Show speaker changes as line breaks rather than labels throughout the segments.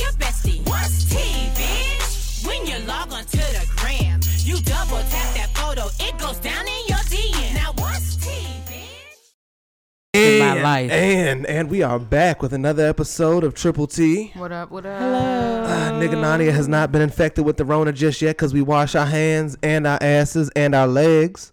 your bestie. What's tea, bitch? When you log on to the gram, you double tap that photo, it goes down in your DM. Now what's tea, bitch?
And,
my life.
and and we are back with another episode of Triple T.
What up? What up? Hello.
Uh, Nigga Nania has not been infected with the Rona just yet because we wash our hands and our asses and our legs.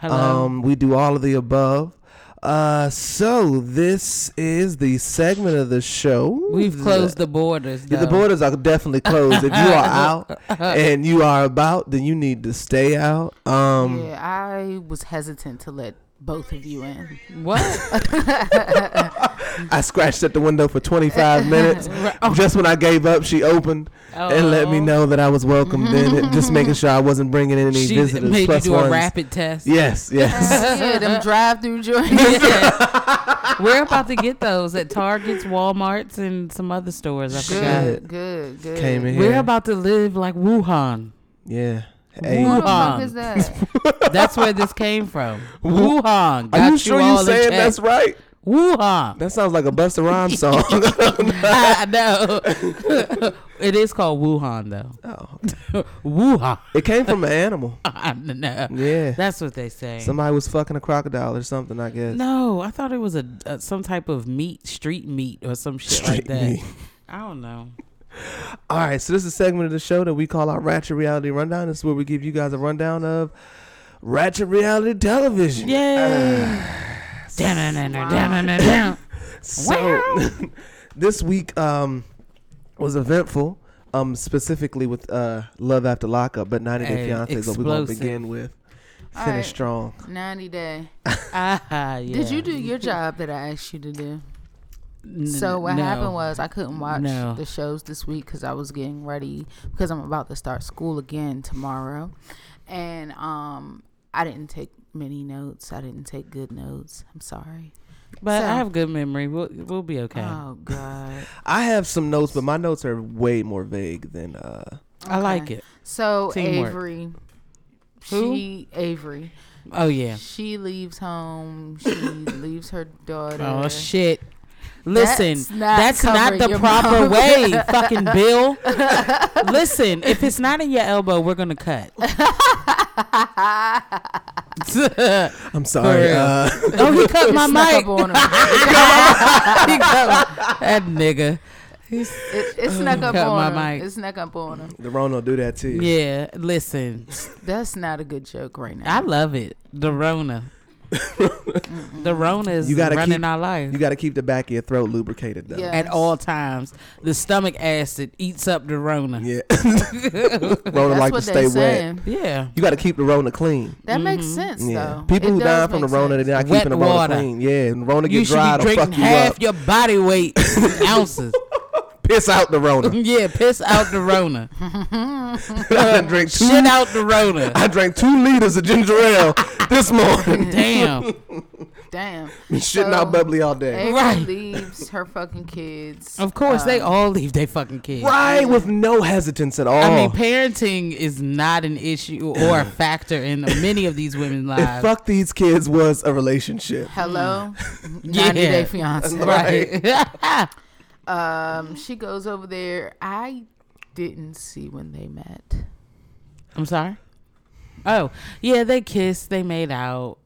Hello.
Um, we do all of the above. Uh, so this is the segment of the show.
We've
that-
closed the borders.
Yeah, the
though.
borders are definitely closed. if you are out and you are about, then you need to stay out. Um,
Yeah, I was hesitant to let both of you in.
What?
I scratched at the window for 25 minutes. Just when I gave up, she opened and let me
Oh.
know that I was welcome. then and just making sure I wasn't bringing in any
she
visitors.
made you
plus
do a
ones.
rapid test.
Yes, yes.
yeah, them drive-through joints.
Yeah. We're about to get those at Targets, Walmarts, and some other stores. I forgot.
Shit.
Good, good, good.
Came in
We're
here.
about to live like Wuhan.
yeah. Hey,
What
Woo-
the fuck is
Um,
that?
That's where this came from.
Wu-
Wuhan.
are
Got
you sure you
all in
saying
check.
that's right?
Wuhan.
That sounds like a Busta Rhymes song.
I know. it is called Wuhan though.
Oh.
Wuhan.
It came from an animal.
I know.
Yeah.
That's what they say.
Somebody was fucking a crocodile or something, I guess.
no, I thought it was a, a some type of meat, street meat, or some shit like
Straight
that.
me.
I don't know.
All right, so this is a segment of the show that we call our Ratchet Reality Rundown. This is where we give you guys a rundown of Ratchet Reality Television.
Yay! Down, down, down, down, down, down.
So this week um, was eventful, um, specifically with uh, Love After Lockup, but 90 Day
Hey,
Fiance is what we're going to
explosive.
begin with.
All
Finish
right.
strong.
90 day.
Ah, yeah.
Did you do your job that I asked you to do?
N-
So what
no.
happened was I couldn't watch
No.
the shows this week because I was getting ready because I'm about to start school again tomorrow, and um I didn't take many notes. I didn't take good notes. I'm sorry.
But
so-
I have good memory. We'll we'll be okay.
Oh God.
I have some notes, but my notes are way more vague than. Uh,
I like it.
So
Teamwork.
Avery,
Who?
she Avery,
Oh yeah.
she leaves home. She leaves her daughter.
Oh shit. Listen,
That's not
that's not,
covering
the
your
proper
mouth.
way, fucking Bill. Listen, if it's not in your elbow, we're gonna cut. oh,
I'm sorry.
real.
Uh,
he cut my
It snuck
mic.
up on her.
He cut- that nigga.
It, it snuck up
Cut my
on her.
mic.
It snuck up on her.
the Rona will do that to you.
Yeah, listen,
That's not a good joke right now.
I love it. The Rona. the Rona is
You gotta
running
keep-
our life
You got to keep the back of your throat lubricated, though.
Yeah.
at all times. The stomach acid eats up the Rona. Yeah.
Yeah. Rona
That's
like to
what
stay
they're
wet.
saying.
You got to keep the Rona clean.
That makes sense
Yeah.
though.
People
It
who
does
die from the
make
Rona,
sense.
they're not
Wet
keeping the Rona
water.
clean. Yeah, and Rona
You
get
should
dry,
be
it'll
drinking
fuck you
half
up.
your body weight in ounces.
Piss out the Rona.
Yeah, piss out the Rona.
I done drank two.
Shit out the Rona.
I drank two liters of ginger ale this morning.
Damn.
Damn.
Been shitting out
So,
bubbly all day.
Avery
Right. Oh.
leaves her fucking kids.
Of course, they
um,
all leave their fucking kids.
Right, Oh. with no hesitance at all.
I mean, parenting is not an issue or a factor in many of these women's
if
lives.
fuck these kids was a relationship.
Hello,
Yeah.
90 Day Fiance.
right.
Um, she goes over there. I didn't see when they met.
I'm sorry. Oh, yeah, they kissed. They made out.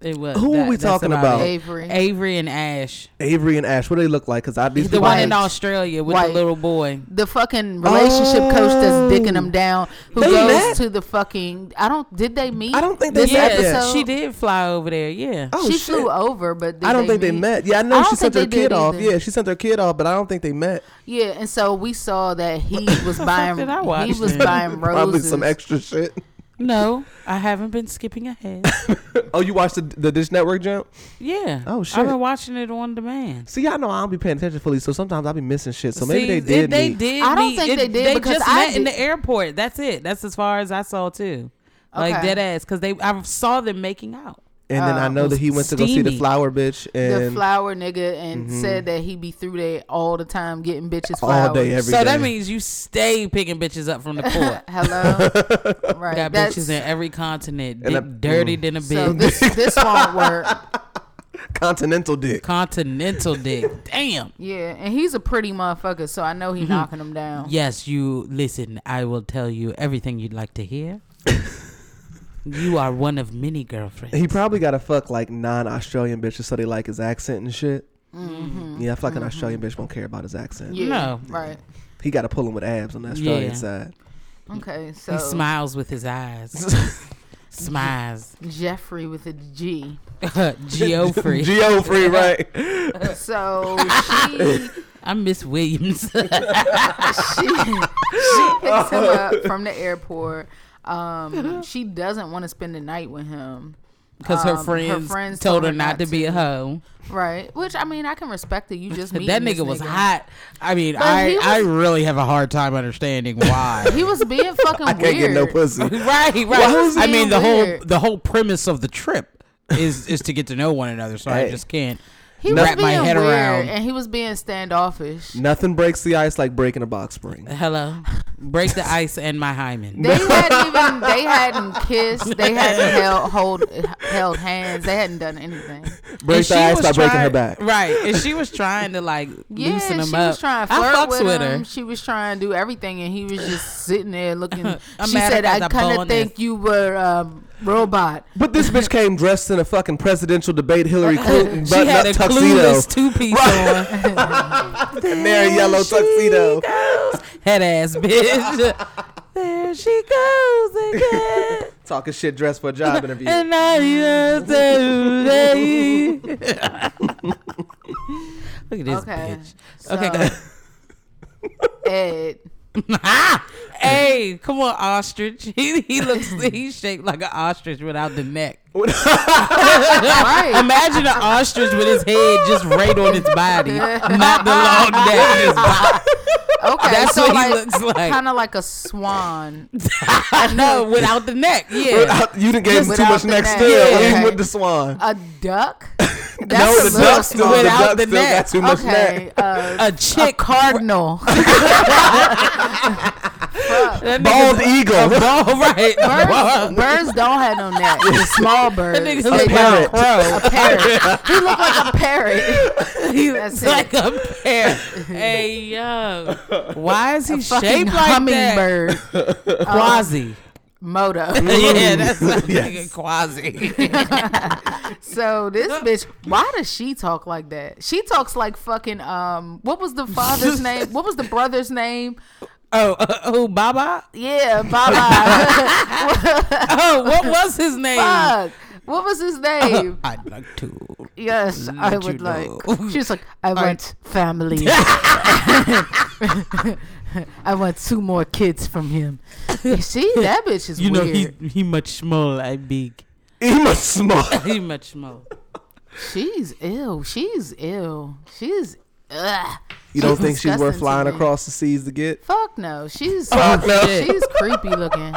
It was.
Who are we
that's
talking
about it.
Avery.
Avery and Ash,
Avery and Ash, what do they look like? Because I these
the one in
people-
Australia with the
White.
little boy.
the fucking relationship coach that's dicking them down who
Oh. They
goes
met?
to the fucking I don't did they meet?
I don't think they
this
met
Yeah,
yet.
episode?
she did fly over there. Yeah.
Oh,
she
shit.
flew over, but did
I don't think they
meet?
met. Yeah, I
I
know
don't
she sent her
think they
kid
did
off.
either.
Yeah, she sent her kid off, but I don't think they met.
Yeah, and so we saw that he was
the fuck
buying
did I watch
he was
then?
buying
Probably
roses.
some extra shit.
No, I haven't been skipping ahead.
Oh, you watched the, the Dish Network jump?
Yeah.
Oh, shit.
I've been watching it on demand.
See, I know I don't be paying attention fully, so sometimes I be missing shit. So maybe
See,
they
it-
did.
They
meet.
did.
I don't
meet.
think they
It-
did
They
because
just
I
met in
did-
the airport. That's it. That's as far as I saw too. Like
Okay.
dead ass because they I saw them making out.
And then I know that he went to go see the
steamy.
flower bitch
the
and
flower nigga and said that he be through there all the time getting bitches
Mm-hmm.
flowers.
all day every day.
so that means you stay picking bitches up from the port.
Hello, right?
Got
that's-
bitches in every continent,
And
dick
I-
dirty than a
So
bitch,
this this won't work.
continental dick.
continental dick. Damn.
Yeah, and he's a pretty motherfucker, so I know
Mm-hmm.
he knocking him down.
Yes, you listen. I will tell you everything you'd like to hear. you are one of many girlfriends.
He probably got to fuck like non-Australian bitches so they like his accent and shit. Yeah, I feel like an Australian bitch won't care about his accent.
Yeah,
No.
right.
He got to pull him with abs on the Australian
Yeah.
side.
Okay, so
He smiles with his eyes. smiles.
Jeffrey with a G.
Geoffrey.
Geo free, right?
So she
I'm Miss Williams.
she, she picks him up from the airport. Um, she doesn't want to spend the night with him,
Because
Um,
her,
her
friends
friends
told her not, to be a hoe.
right? Which I mean, I can respect that. You just meet
That nigga was hot. I mean,
he
I,
was-
I really have a hard time understanding why.
He was being fucking
I can't get
weird.
no pussy.
right, right.
was
I
being
mean, the whole
weird.
the whole premise of the trip is is to get to know one another. So
Hey.
I just can't
He was
wrap
being
my head
weird,
around.
and he was being standoffish.
Nothing breaks the ice like breaking a box spring.
Hello, break the ice and my hymen.
They hadn't even they hadn't kissed. They hadn't held hold held hands. They hadn't done anything.
Break the
And she
ice
was
by breaking her
trying-
back.
Right, and she was trying to like
Yeah,
loosen him
she
up.
was trying to
I
flirt
fucks
with,
with
him.
her.
She was trying to do everything, and he was just sitting there looking.
I'm
she
mad
said,
about
"I
the
kind of
bonus."
think you were um, robot."
But this bitch came dressed in a fucking presidential debate Hillary Clinton
She
button
had a
up tuxedo.
clueless two piece on.
Canary yellow tuxedo.
head ass bitch. there she goes again.
Talking shit dressed for a job interview.
And I used to be. Look at this
Okay,
bitch.
so,
Okay, go
Ed.
Ah! hey, come on, ostrich. He, he looks, he's shaped like an ostrich without the neck.
Right.
Imagine an ostrich with his head just right on its body, not the long neck. his body.
Okay.
That's
so
what
like,
he looks like.
Kind of like a swan.
No, without the neck. Yeah.
you didn't gave him too
Without
much
the
neck
neck.
still.
Yeah.
Even
Okay.
with the swan.
A duck. That's
no,
a
the
little
duck still. The
swan.
Without
duck
the
still got
neck.
too much
okay.
neck.
Uh,
A chick
cardinal.
That
Bald
nigga's-
eagle.
Bald, right.
Birds, birds don't have no neck. They're small birds.
That nigga's
They
like
don't.
a crow.
A parrot. He looked like a parrot.
He
That's
looks like
it.
a pear. hey yo, why is he
Fucking
shaped like that?
hummingbird.
Quasi. Oh.
Moto.
yeah, that's like
Yes.
nigga quasi.
So this bitch, why does she talk like that? She talks like fucking um. What was the father's name? What was the brother's name?
oh, uh, oh, Baba.
Yeah, Baba.
Oh, what was his name?
Fuck. What was his name?
I'd like to.
Yes, I
Let you
would like.
know.
She was like, I want family. I want two more kids from him. You See, that bitch is
You know
weird.
he he much small. I big.
He must small.
He much small.
She's ill. She's ill. She's. Ugh.
You don't think she's
disgusting
worth
to
flying
me.
across the seas to get?
Fuck no. She's
Fuck no.
she's creepy looking.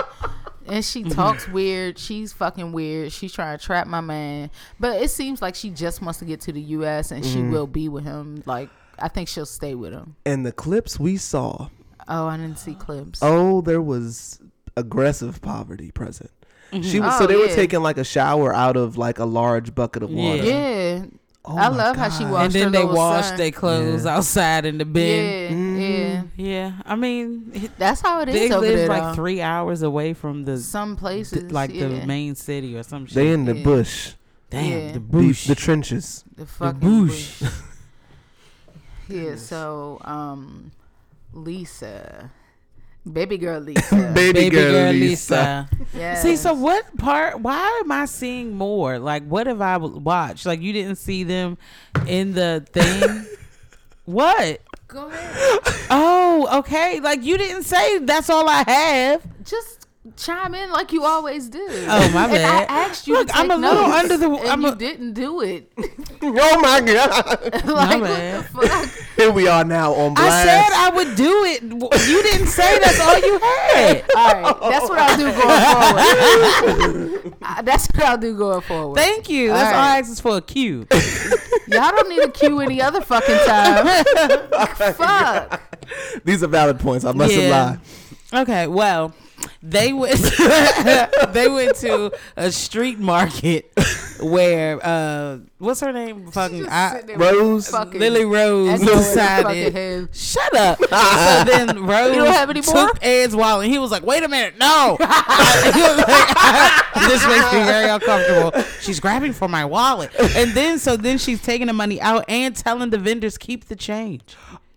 And she talks weird. She's fucking weird. She's trying to trap my man. But it seems like she just wants to get to the US and
Mm-hmm.
she will be with him. Like I think she'll stay with him.
And the clips we saw,
Oh, I didn't see clips.
oh, there was aggressive poverty present. She was, so
Oh,
they were
yeah.
taking like a shower out of like a large bucket of water.
Yeah.
Oh
I
my
love how she
God.
walks.
and then they wash
son.
their clothes outside in the bin.
Yeah, yeah.
Yeah, I mean, he-
That's how it is
they
over
live
there.
Mm-hmm.
though.
like three hours away from the
Some places
like
yeah.
the main city or some shit.
They in the
Yeah.
bush,
Damn,
Yeah.
the
the,
bush.
the trenches.
the fucking
boosh.
boosh. yeah, so um Lisa. Baby girl Lisa.
Baby girl, Lisa.
yes.
See, so what part? Why am I seeing more? Like, what have I w- watched? Like, you didn't see them in the thing. what?
go ahead.
Oh, okay. Like, you didn't say that's all I have.
Just chime in like you always do.
Oh, my
and
bad.
I asked you.
Look,
to take
I'm a little
notes,
under the-
And
I'm
you
a-
didn't do it.
Oh my god!
like
bad.
what the fuck?
Here we are now on
I
blast.
said I would do it. W- You didn't say that's all you had.
All right, that's what I'll do going forward. Uh, that's what I'll do going forward.
Thank you. That's all,
All right.
I asked is for a cue.
Y'all don't need a cue any other fucking time. Fuck.
These are valid points. I mustn't
Yeah.
lie.
Okay, well, they went they went to a street market where uh what's her name? Fucking I,
Sitting there with
Rose,
fucking
Lily Rose
echo in her fucking
decided
head.
Shut up. so then Rose
You don't have any more?
took Ed's wallet and he was like, wait a minute, no. He was like, this makes me very uncomfortable. She's grabbing for my wallet. And then, so then she's taking the money out and telling the vendors, keep the change.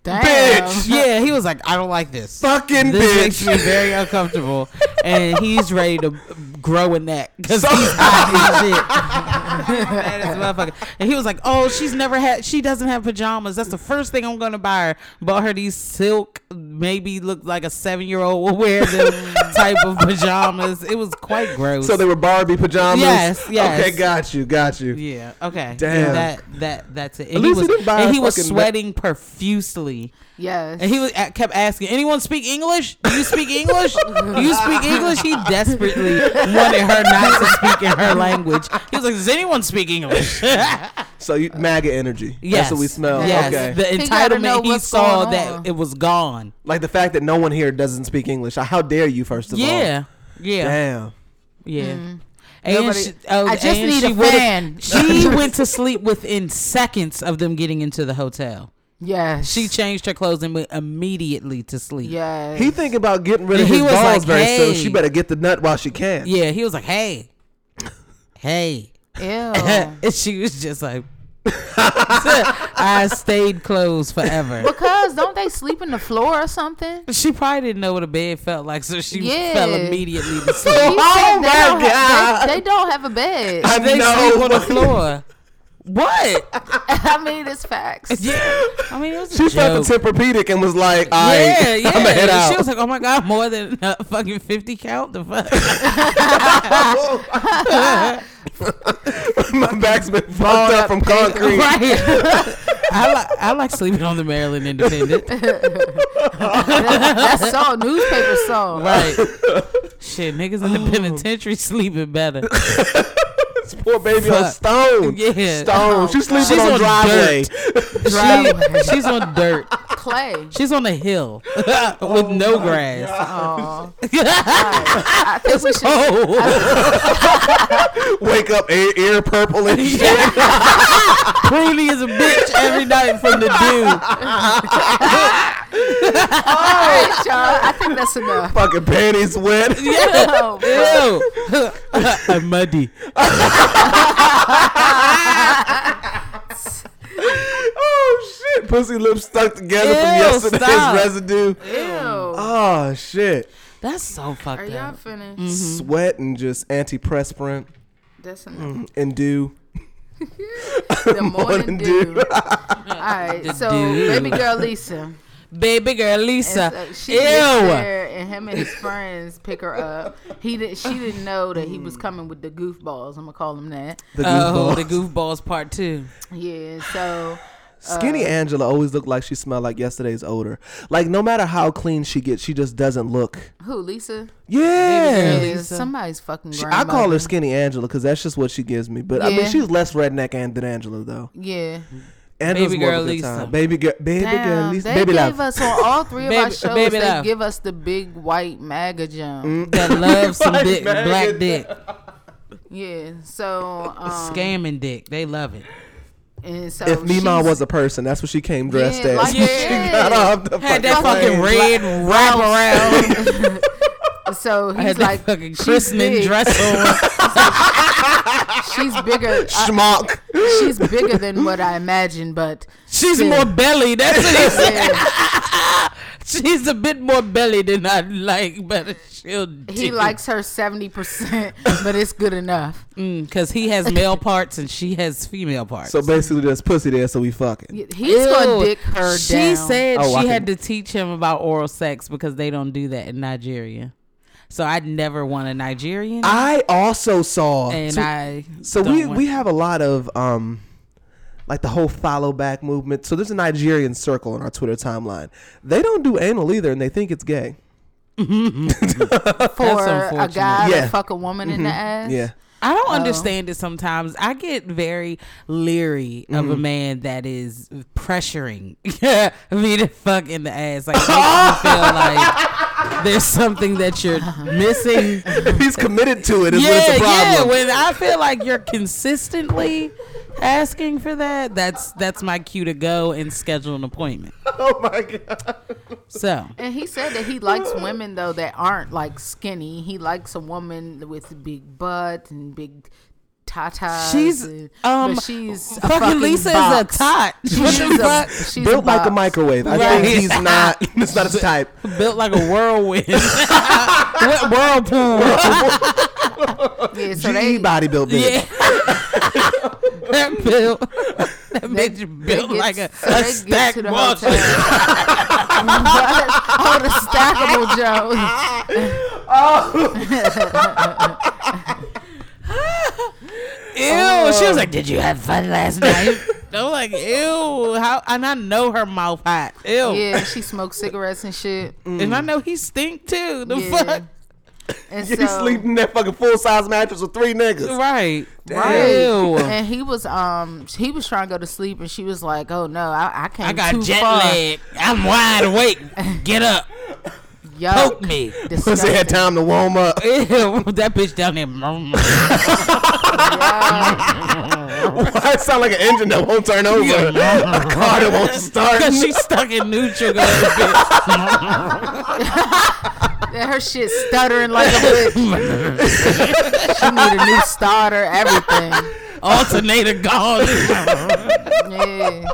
Damn.
Bitch.
Yeah, he was like, I don't like this.
fucking
This
bitch.
makes me very uncomfortable, and he's ready to grow a neck because
So-
he's hot as shit. He's mad as a motherfucker. And he was like, "Oh, she's never had. She doesn't have pajamas. That's the first thing I'm gonna buy her. Bought her these silk, maybe look like a seven year old will wear them type of pajamas. It was quite gross.
So they were Barbie pajamas.
Yes, yes.
Okay, got you, got you.
yeah. Okay.
Damn.
That that that's it. And
At
he
least he
was
didn't buy
and
a
he was
fucking neck-
sweating profusely.
Yes.
And he was, a- kept asking, "Anyone speak English? Do you speak English? Do you speak English?" He desperately wanted her not to speak in her language. He was like, "Does anyone speak English?" yes,
So you MAGA energy. That's what we smell.
Yes,
Okay.
the
He gotta know
entitlement he,
what's
saw
going on.
that it was gone.
like the fact that no one here doesn't speak English. How dare you? First of all.
Yeah, yeah,
Damn.
yeah. And
Mm-hmm. Nobody-
she, oh,
I just
and
need
she
a
would've-
fan.
She went to sleep within seconds of them getting into the hotel.
yes.
She changed her clothes and went immediately to sleep.
Yes.
He think about getting rid of
And he
his
was
balls
like,
very soon.
"Hey."
She better get the nut while she can.
Yeah, he was like, "Hey, hey."
Ew.
and she was just like, I stayed closed forever.
Because don't they sleep in the floor or something?
She probably didn't know what a bed felt like, so she
Yeah.
fell immediately to
He said
sleep.
Oh
they
my
don't have-
God.
they, they don't have a bed.
I
they
know.
sleep on the floor. What?
I mean, it's facts.
Yeah. I mean, it was
She
a joke.
felt the Tempur-Pedic and was like, "All right,
yeah, yeah.
I'm gonna head out."
She was like, "Oh my god, more than uh, fucking fifty count." The fuck.
My back's been fucked up from concrete.
right. I like I like sleeping on the Maryland Independent.
That's so newspaper song.
Right. Shit, niggas in the penitentiary sleeping better.
This poor baby on
Fuck.
stone.
Yeah.
Stone. She's sleeping
She's
on,
on
driveway.
She, she's on dirt.
Clay.
She's on a hill with no grass.
Oh, I think we should.
oh,
Wake up, air, ear purple and shit.
Prudy is a bitch every night from the dude.
All right, y'all. I think that's enough.
Fucking panties wet.
Oh,
Ew. I'm muddy.
Oh shit! Pussy lips stuck together
Ew,
from yesterday's
stop.
residue.
ew.
Oh shit!
That's so fucked
Are y'all
up.
finished?
Mm-hmm.
Sweat and just antiperspirant
That's enough.
and dew.
The morning dew. All right,
The
so
dew.
baby girl Lisa.
Baby girl Lisa.
And so uh, she gets
Ew.
there, and him and his friends pick her up. He did, she didn't know that he was coming with the goofballs. I'm gonna call him that.
The
Oh,
goofball.
the goofballs part two.
Yeah. So
uh.
Skinny Angela always looked like she smelled like yesterday's odor. Like no matter how clean she gets, she just doesn't look.
who? Lisa?
Yeah.
Is somebody's fucking.
She- I
grandmother.
call her Skinny Angela because that's just what she gives me. But I mean,
Yeah.
she's less redneck and than Angela though.
Yeah.
Angela's
Baby
more
girl
of a good
Lisa.
time. Baby girl, baby girl
Damn,
Lisa,
they
baby
gave
love.
us on all three of our
Baby-
shows.
baby
they
love.
give us the big white MAGA jump.
Mm.
That loves some
Like,
dick,
man,
black
get
dick,
Yeah. So um,
scamming dick. They love it.
And so
If Mima
she's-
was a person, that's what she came dressed
Yeah,
as.
like-
she got off the
Had that
fucking
fucking
plane.
red wrap around.
so
I had
he's
that
like
fucking
she's
christening
big.
dress on.
She's bigger. I,
schmuck.
she's bigger than what I imagined, but
She's more belly. That's what he said.
yeah,
She's a bit more belly than I like, but she'll do.
he likes her seventy percent, but it's good enough.
because Mm, he has male parts and she has female parts.
So basically, there's pussy there, so we fucking.
He's gonna dick her
She
down.
said
Oh,
she
I
had
can-
to teach him about oral sex because they don't do that in Nigeria. So I'd never want a Nigerian.
I also saw.
and
so,
I
so
don't
we
want-
we have a lot of um, like the whole follow back movement. So there's a Nigerian circle on our Twitter timeline. They don't do anal either, and they think it's gay.
for a
unfortunate.
guy
Yeah. Mm-hmm.
to fuck a woman in the ass.
Yeah.
I
Oh.
don't understand it sometimes. I get very leery of
Mm.
a man that is pressuring me to fuck in the ass. Like, makes me feel like there's something that you're missing.
If he's committed to it, is when
yeah,
it's a
yeah.
problem.
When I feel like you're consistently asking for that, that's that's my cue to go and schedule an appointment.
oh my god.
So
And he said that he likes women though that aren't like skinny. He likes a woman with big butt and big tatas.
She's,
and-
um,
but she's a
fucking, Lisa
box.
is a tot. What the
She's a,
fuck?
she's
Built like a
box.
microwave. I
Right.
think he's not. It's not his type.
Built like a whirlwind. what whirlpool?
Yeah, so
G
they,
body built big.
Yeah. that built. That bitch
they
built
get-
like a,
so they
a
get
stack
to the
box.
hotel. oh, the stackable Joe.
Ew. She was like, Did you have fun last night? I'm like, Ew. How, and I know her mouth hot. Ew.
Yeah, she smokes cigarettes and shit.
And I know he stink too. The
Yeah.
fuck?
And
You sleeping in that fucking full size mattress with three niggas.
Right.
Damn.
Ew.
And he was um he was trying to go to sleep and she was like, Oh no, I, I can't
I got
too
jet
far.
lag. I'm wide awake. Get up.
Yuck.
Poke me.
Pussy had
Disgusting.
time to warm up.
Ew. That bitch down there. murmuring.
Why it sound like an engine that won't turn over? a car that won't start.
Cause she's stuck in neutral. girl, bitch.
Yeah, Her shit stuttering like a bitch. she need a new starter, everything.
Alternator gone.
Yeah.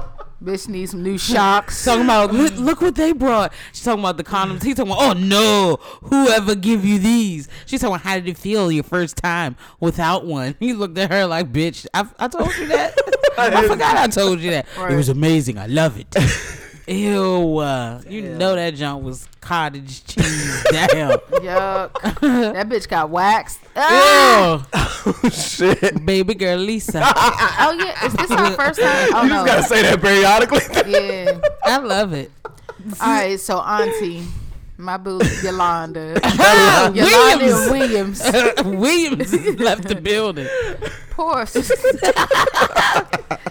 Bitch needs some new shocks.
talking about look, look what they brought. She's talking about the condoms. He's talking about oh no, whoever give you these? She's talking about how did it feel your first time without one? He looked at her like bitch. I, I told you that. I forgot I told you that. It was amazing. I love it. Ew, uh, you know that junk was cottage cheese down.
Yuck. That bitch got waxed. Ah!
Ew,
Oh, Shit. You
baby girl Lisa,
Oh yeah, is this our first time? Oh
just
no.
gotta say that periodically.
Yeah.
I love it.
All right, so Auntie, my boo Yolanda, Yolanda
Williams,
Williams,
Williams left the building.
poor.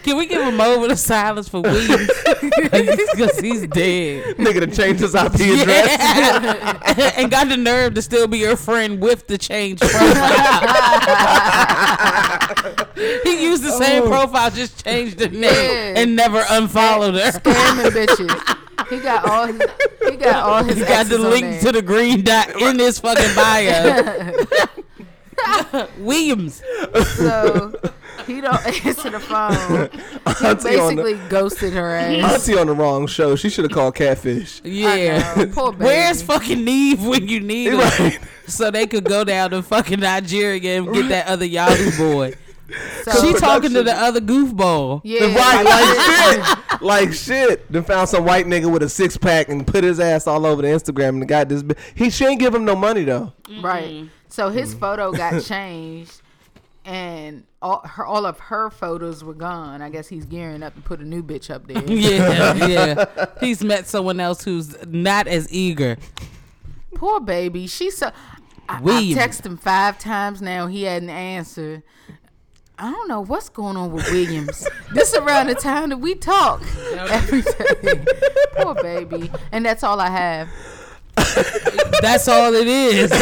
Can we give him over the silence for Williams? Because he's dead.
Nigga to change his IP address.
Yeah. and got the nerve to still be your friend with the change profile. he used the same
Oh.
profile, just changed the name
Yeah.
and never unfollowed her.
scamming bitches. He got all his. He got all his.
He got the link to the green dot in his fucking bio. Williams.
so he don't answer the phone.
Auntie on,
Basically
the,
ghosted her ass.
auntie on the wrong show. She should have called Catfish.
I know,
Yeah.
poor baby.
Where's fucking Neve when you need her?
Right.
So they could go down to fucking Nigeria and get that other Yahoo boy.
So-
She talking to
production.
the other goofball.
Yeah,
Right,
like,
like shit. Like shit. Then found some white nigga with a six pack and put his ass all over the Instagram and got this. bi- He she ain't give him no money though.
right. So his photo got changed, and all her, all of her photos were gone. I guess he's gearing up to put a new bitch up there.
Yeah, yeah. He's met someone else who's not as eager.
Poor baby. She so. I, I
Williams.
texted him five times now. He hadn't answered. I don't know what's going on with Williams. this around the time that we talk every day. Poor baby. And that's all I have.
That's all it is.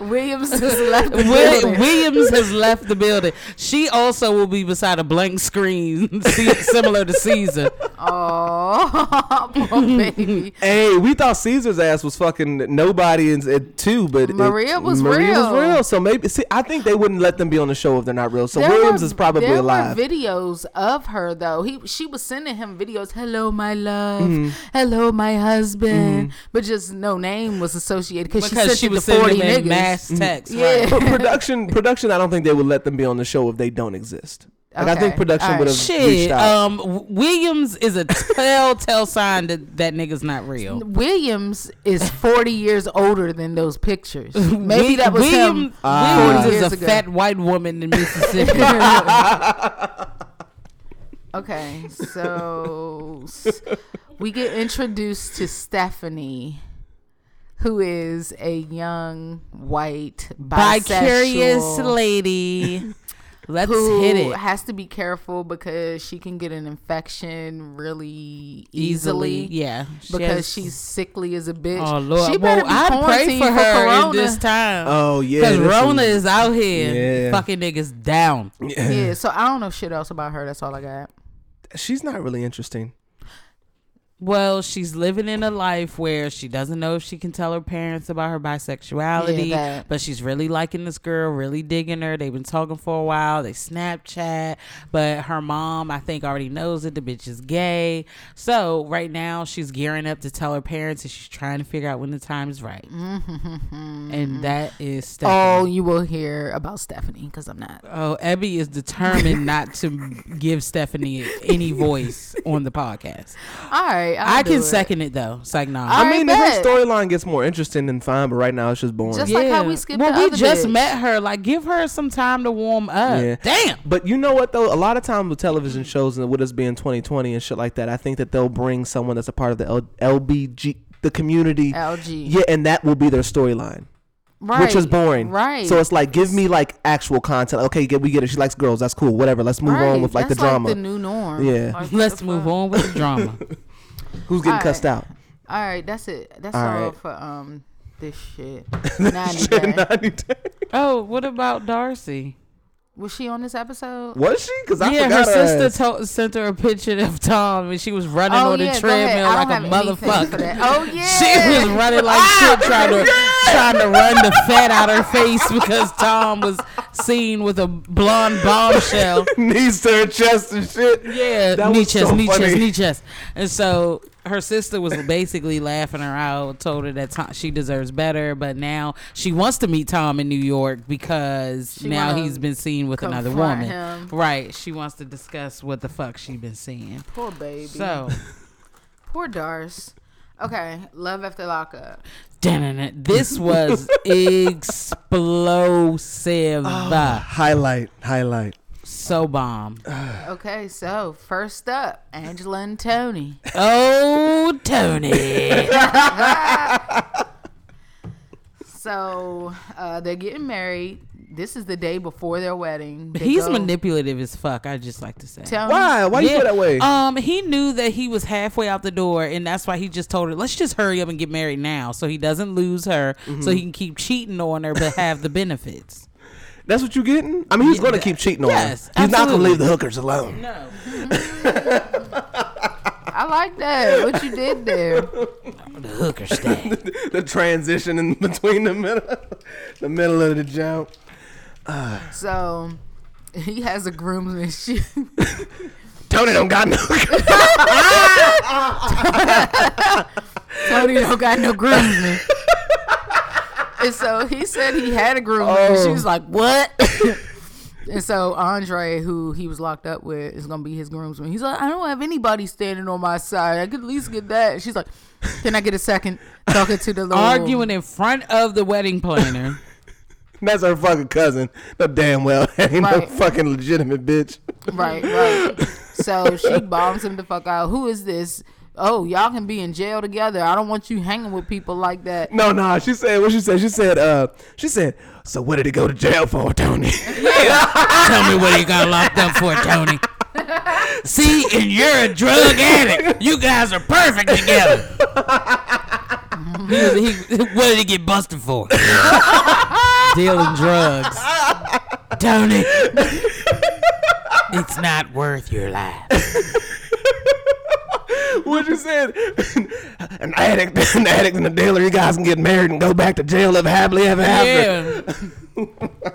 Williams just left the
Will-
building.
Williams has left the building. She also will be beside a blank screen, see- similar to Caesar.
Oh, poor baby.
Hey, we thought Caesar's ass was fucking nobody in at two, but it-
Maria was
Maria was
real.
real. So maybe see, I think they wouldn't let them be on the show if they're not real. So Williams
were-
is probably
there
alive.
Were videos of her though. He she was sending him videos. Hello, my love.
Mm-hmm.
Hello, my husband. But just no name was associated cause
Because
she,
she was
sent it to
sending
forty
him in
niggas. Mm-hmm.
mass text.
Yeah.
Right.
but production, production, I don't think they would let them be on the show if they don't exist. Like I think
Okay.
production
All right.
would have reached
Shit,
out.
um, W- Williams is a telltale sign that that nigga's not real.
Williams is 40 years older than those pictures. Maybe
Wi-
that was
William,
him.
Williams
40
is
years
a
ago.
fat white woman in Mississippi.
Okay, so s- we get introduced to Stephanie, who is a young white
Vicarious
bisexual
lady. Let's
who
hit it.
has to be careful because she can get an infection really
Easily,
easily.
yeah, She
because
has-
she's sickly as a bitch.
Oh Lord!
she better
well,
be
I pray
quarantined
for her in
corona.
this time.
Oh, yeah,
because
this
Rona
is-
is out here
Yeah.
fucking niggas down.
um, Yeah, so I don't know shit else about her. That's all I got.
She's not really interesting.
Well, she's living in a life where she doesn't know if she can tell her parents about her bisexuality,
Yeah, that.
but she's really liking this girl, really digging her. They've been talking for a while. They Snapchat, but her mom, I think, already knows that the bitch is gay. So right now, she's gearing up to tell her parents, and she's trying to figure out when the time is right.
Mm-hmm.
and that
All
is Stephanie.
Oh, you will hear about Stephanie because I'm not.
Oh, Ebby is determined not to give Stephanie any voice on the podcast.
All right, I'll
I
do
can
it.
second it though. It's like, nah.
I
I mean, if her
bet.
storyline gets more interesting than fine, but right now it's just boring.
Just like how we skipped
Well,
the
we
other
just
bitch.
met her. Like, give her some time to warm up.
Yeah.
Damn.
But you know what though? A lot of times with television shows and with us being 2020 and shit like that, I think that they'll bring someone that's a part of the L- LBG the community.
LG.
Yeah, and that will be their storyline,
right,
which is boring.
Right.
So it's like, give me like actual content. Okay, get, we get it. She likes girls. That's cool. Whatever. Let's move on
Right,
with like
that's
the drama.
the new norm.
Yeah.
Like,
Let's
the
move
fuck?
on with the drama.
Who's getting
Alright.
cussed out?
All right, that's it. That's
All
all,
right.
for um this shit. 90 Day.
oh, what about Darcy?
Was she on this episode?
Was she? Because I
yeah, her
forgot her
sister
ass.
told, sent her a picture of Tom, and she was running on
Oh, go
the
ahead.
treadmill
I
like
don't
a
have anything for
motherfucker.
that. Oh
She
yeah. Ah,
was running like shit, trying to trying to run the fat out her face because Tom was seen with a blonde bombshell.
knees to her chest and shit.
Yeah,
That
knee
was
chest,
so
knee
funny.
chest, knee chest. And so her sister was basically laughing her out, told her that Tom, she deserves better, but now she wants to meet Tom in New York because
She
now
wanna
he's been seen with another
confront
woman.
him.
Right. She wants to discuss what the fuck she been seeing.
Poor baby.
So,
Poor Darce. Okay, love after lockup.
dun-dun-dun. this was explosive.
Oh.
Highlight, highlight.
So bomb.
Okay, so first up, Angela and Tony.
Oh, Tony.
So uh, they're getting married. This is the day before their wedding. They
He's
go-
manipulative as fuck, I just like to say.
Tony,
Why? Why you
Yeah.
feel that way?
Um, he knew that he was halfway out the door, and that's why he just told her, "Let's just hurry up and get married now, so he doesn't lose her,
Mm-hmm.
so he can keep cheating on her but have the benefits."
That's what you getting? I mean, he's
Yeah,
going to
that-
keep cheating on her.
yes,
He's not going to
absolutely.
leave the hookers alone.
No,
I like that. What you did there.
the hooker stack.
the transition in between the middle, the middle of the jump.
So he has a groomsman shoe.
Tony don't got no.
Tony don't got no groomsman. and so he said he had a groomsman. She was like, "What?" and so Andre, who he was locked up with, is gonna be his groomsman. He's like, "I don't have anybody standing on my side. I could at least get that." And she's like, "Can I get a second talking to the little
Arguing in front of the wedding planner.
That's her fucking cousin. No damn well ain't no
Right.
fucking legitimate bitch.
Right, right. so she bombs him the fuck out. Who is this? Oh, y'all can be in jail together. I don't want you hanging with people like that.
No, nah. She said what she said. She said, uh, she said. So what did he go to jail for, Tony?
Tell me what he got locked up for, Tony. See, and you're a drug addict. You guys are perfect together. He was- he- what did he get busted for? Dealing drugs. Tony, it's not worth your life.
what she said? an addict, an addict, and a dealer. You guys can get married and go back to jail, live happily ever after.
Yeah.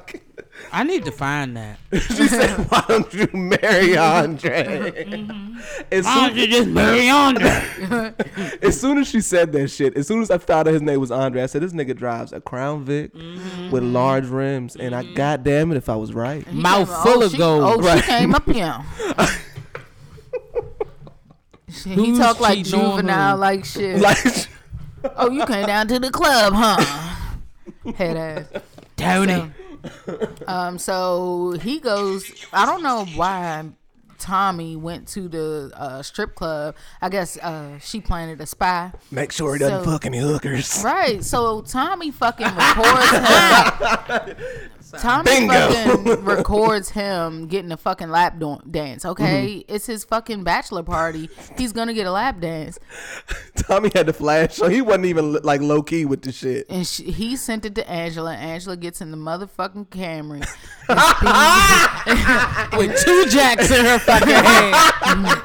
I need to find that.
she said, "Why don't you marry Andre?"
Mm-hmm.
as,
Why
soon,
don't you just marry Andre?
as soon as she said that shit, as soon as I found out his name was Andre, I said, "This nigga drives a Crown Vic
Mm-hmm.
with large rims," and I goddamn it if I was right.
He
Mouth
came-
full
oh,
of
she-
gold.
Oh,
Right.
she came up here. Shit, he
Who's
talk like
cheating on who?
juvenile, like shit.
Like,
oh, you came down to the club, huh? Head ass.
Tony.
Um, so he goes. I don't know why Tommy went to the uh, strip club. I guess uh, she planted a spy.
make sure he doesn't
So-
fuck any hookers.
Right. So Tommy fucking records him. Tommy
Bingo.
fucking records him getting a fucking lap do- dance. Okay,
Mm-hmm.
it's his fucking bachelor party. He's gonna get a lap dance,
Tommy had the flash, so he wasn't even like low key with the shit.
and she, he sent it to Angela. Angela gets in the motherfucking Camry. and speeds-
With two jacks in her fucking hand.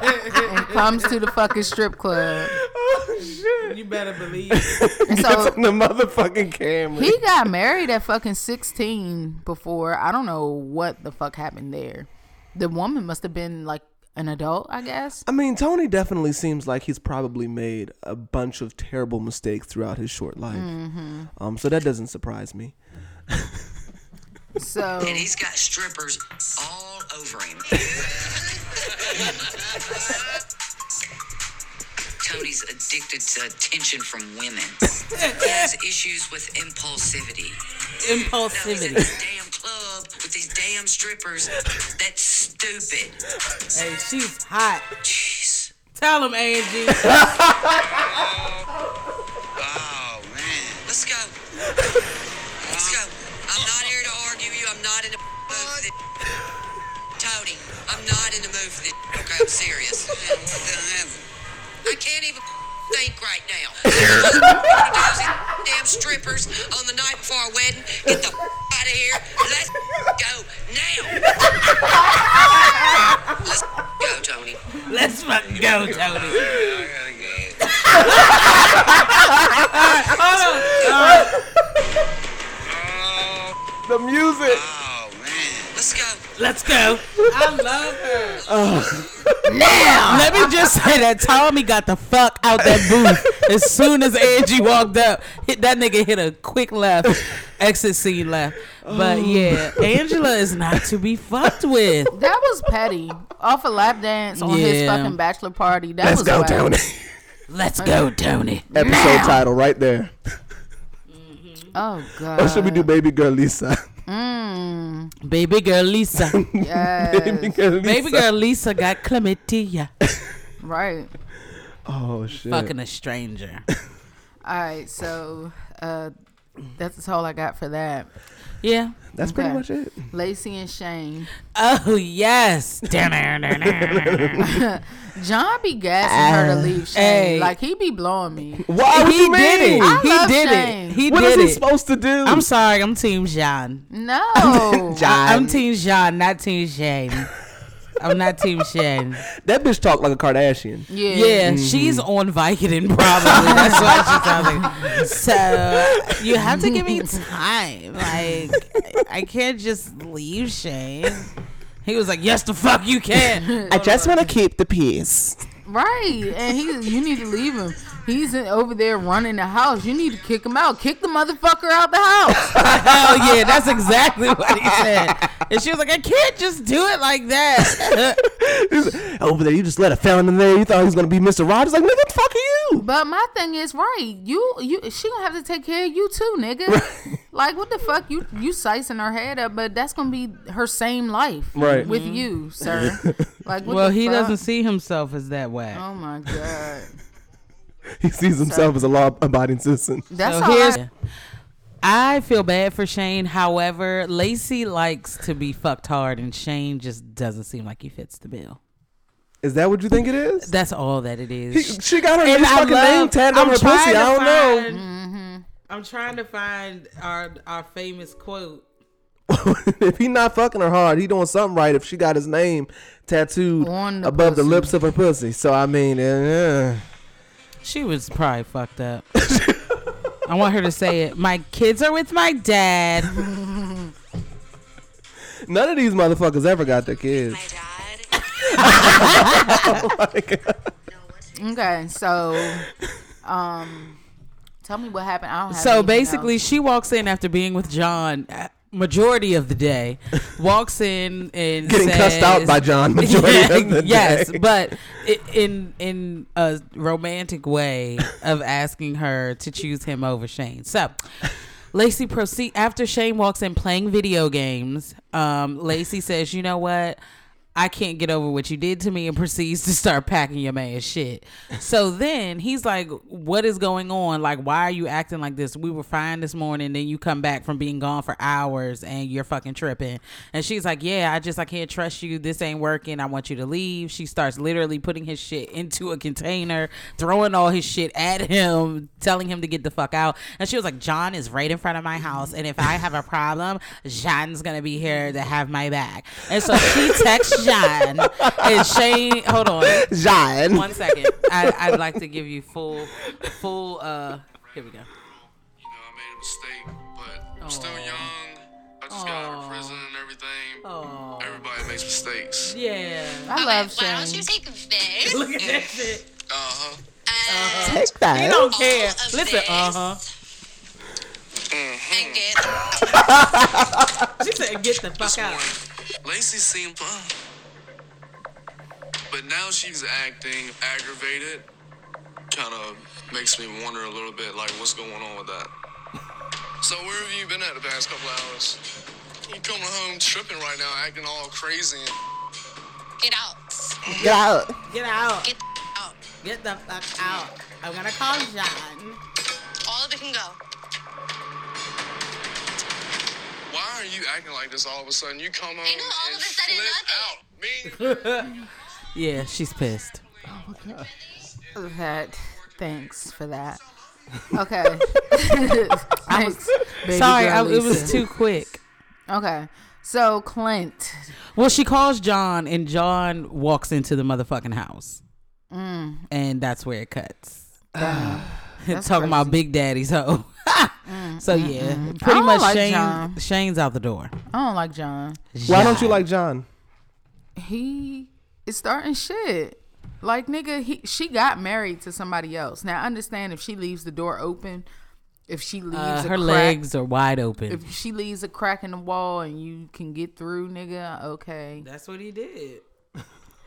and comes to the fucking strip club.
Oh shit!
You better believe. it.
And
Gets
so
on the motherfucking camera.
he got married at fucking 16 before. I don't know what the fuck happened there. The woman must have been like an adult, I guess.
I mean, Tony definitely seems like he's probably made a bunch of terrible mistakes throughout his short life.
Mm-hmm.
Um, so that doesn't surprise me.
So
and he's got strippers all over him. Tony's addicted to attention from women. He has issues with impulsivity. Now he's at
Impulsivity.
this damn club with these damn strippers. That's stupid.
Hey, she's hot.
Jeez.
Tell him, Angie.
Oh man. Let's go. Let's go. I'm not here to argue you. I'm not in the mood for this. Tony, I'm not in the mood for this. Okay, I'm serious. I can't even think right now. Damn strippers on the night before our wedding. Get the out of here. Let's go now. Let's go, Tony.
Let's fucking go, Tony.
The music.
Oh man. Let's go.
Let's go. I love her. Now, let me just say that Tommy got the fuck out that booth as soon as Angie walked up. Hit that nigga hit a quick left, exit scene left. But yeah, Angela is not to be fucked with.
that was petty. Off a lap dance on his
Yeah.
fucking bachelor party. That
Let's
was
go,
whack.
Tony.
Let's go, Tony.
Episode title right there.
Oh god.
What should we do, baby girl Lisa?
Baby girl Lisa.
Yes.
baby girl Lisa.
Baby girl Lisa got chlamydia.
right.
Oh shit.
Fucking a stranger.
All right. So uh, that's all I got for that.
Yeah.
That's pretty
Okay.
much it.
Lacey and Shane.
Oh yes.
John be gassing her to leave Shane.
Uh, hey.
Like he be blowing me.
Why would
he
you mean?
did it.
I
he
love
did
Shane.
it. He
What is
did
he
it.
supposed to do?
I'm sorry. I'm Team Jean.
No.
I, am Team Jean, not Team Shane. I'm not Team Shane.
that bitch talked like a Kardashian.
Yeah.
Yeah, she's on Vicodin probably. That's why she sounds like. So you have to give me time. Like I can't just leave Shane. He was like, "Yes, the fuck you can."
I just want to keep the peace.
Right. And he, you need to leave him. He's in, over there running the house. You need to kick him out. Kick the motherfucker out the house.
Hell yeah, that's exactly what he said. And she was like, "I can't just do it like that."
Over there, you just let a felon in there. You thought he was gonna be Mr. Rogers. Like, nigga, the fuck are you?
But my thing is, right? You, you, she gonna have to take care of you too, nigga. like, what the fuck? You, you sicing her head up, but that's gonna be her same life,
Right.
With you, sir. Like, what
Mm-hmm. well,
the
he
fuck?
doesn't see himself as that way.
Oh my god,
He sees himself as a law-abiding citizen.
that's
so
all.
here's.
I,
I feel bad for Shane. However, Lacey likes to be fucked hard, and Shane just doesn't seem like he fits the bill.
Is that what you think it is?
That's all that it is.
He- she got her
And
his
I
fucking
love-
name tatted on
I'm
her pussy.
trying
I
to
don't know.
find- Mm-hmm. I'm trying to find our our famous quote.
if he not fucking her hard, he doing something right. If she got his name tattooed
On the
above the
pussy.
lips of her pussy, so I mean, eh,
She was probably fucked up. I want her to say it. My kids are with my dad.
None of these motherfuckers ever got their kids.
My dad. No, what's his
Okay, so um tell me what happened. I don't have
So
anything
basically,
else.
she walks in after being with John uh, majority of the day. Walks in and
Getting cussed out
says-
by John majority of the
yes,
day.
but i- in in a romantic way of asking her to choose him over Shane. So. Lacey proceed after Shane walks in playing video games. Um, Lacey says, "You know what? I can't get over what you did to me," and proceeds to start packing your man's shit. So then he's like, "What is going on? Like, why are you acting like this? We were fine this morning, then you come back from being gone for hours, and you're fucking tripping." And she's like, "Yeah, I just I can't trust you. This ain't working. I want you to leave." She starts literally putting his shit into a container, throwing all his shit at him, telling him to get the fuck out. And she was like, John is right in front of my house. And if I have a problem, John's going to be here to have my back. And so she texts John. And Shane, hold on.
John.
One second. I, I'd like to give you full, full, uh, here we
You
go.
know, I made a mistake, but I'm still young. I just got out of prison and everything. Everybody makes mistakes.
Yeah.
I
Okay,
love
Why don't you
Shane.
take this?
Look at that shit.
Uh huh.
Uh,
Take that.
You don't care.
of
Listen,
this.
uh huh.
Mm-hmm.
and get
She said, get the fuck
This
out.
morning, Lacey seemed fine. But now she's acting aggravated. Kind of makes me wonder a little bit, like, what's going on with that? So, where have you been at the past couple hours? You coming home tripping right now, acting all crazy.
get out.
Get out.
Get out.
Get out.
Get the fuck out. I'm going to call John.
All of it can go.
Why are you acting like this all of a sudden? You come home
Ain't no all
and
of a sudden
flip
nothing.
out. Me and
Yeah, she's pissed.
That thanks for that. Okay. Thanks, baby
Sorry,
girl
I, it was
Lisa.
too quick.
Okay. So Clint.
Well, she calls John, and John walks into the motherfucking house,
Mm.
and that's where it cuts. Talking about Big Daddy's hoe. so yeah,
Mm, I
pretty
don't
much
like
Shane,
John.
Shane's out the door.
I don't like John.
Why don't you like John?
he is starting shit. Like nigga, he she got married to somebody else. Now I understand if she leaves the door open, if she leaves
Uh,
a
her
crack,
legs are wide open.
if she leaves a crack in the wall and you can get through, nigga, okay.
that's what he did.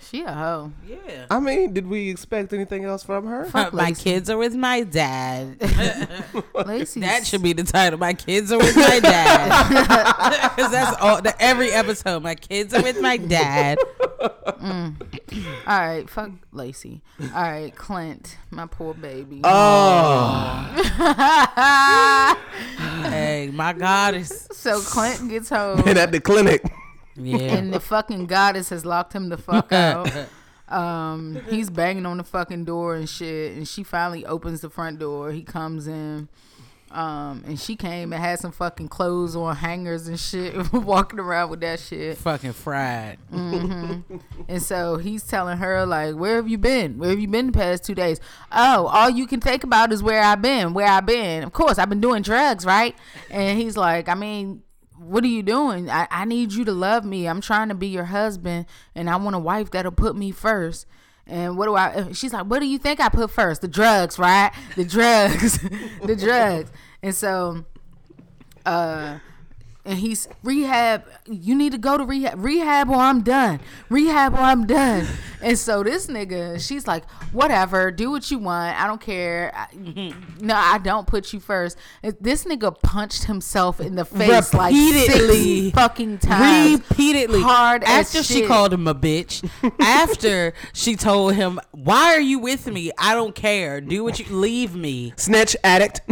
She a hoe.
Yeah.
I mean, did we expect anything else from her?
Fuck
my
Lacey.
kids are with my dad.
Lacey's,
That should be the title. My kids are with my dad. Because that's all. The, every episode. My kids are with my dad.
all right. Fuck Lacey. All right, Clint, my poor baby.
Oh,
Hey, my goddess.
so Clint gets home.
and at the clinic.
Yeah.
and the fucking goddess has locked him the fuck out. Um, he's banging on the fucking door and shit, and she finally opens the front door. He comes in, um, and she came and had some fucking clothes on hangers and shit, walking around with that shit.
fucking fried.
And so he's telling her like, "Where have you been? Where have you been the past two days? Oh, all you can think about is where I've been. Where I've been. Of course, I've been doing drugs, right?" And he's like, "I mean." What are you doing? I, I need you to love me. I'm trying to be your husband, and I want a wife that'll put me first. And what do I? uh, She's like, what do you think I put first? The drugs, right? The drugs, the drugs. And so and he's rehab. You need to go to rehab, rehab, or I'm done. Rehab, or I'm done. and so this nigga, she's like, whatever, do what you want. I don't care. I, no, I don't put you first. And this nigga punched himself in the face like
Repeatedly.
six fucking times,
Repeatedly.
hard as
After she
shit.
called him a bitch. After she told him, Why are you with me? I don't care. Do what you leave me.
Snitch addict.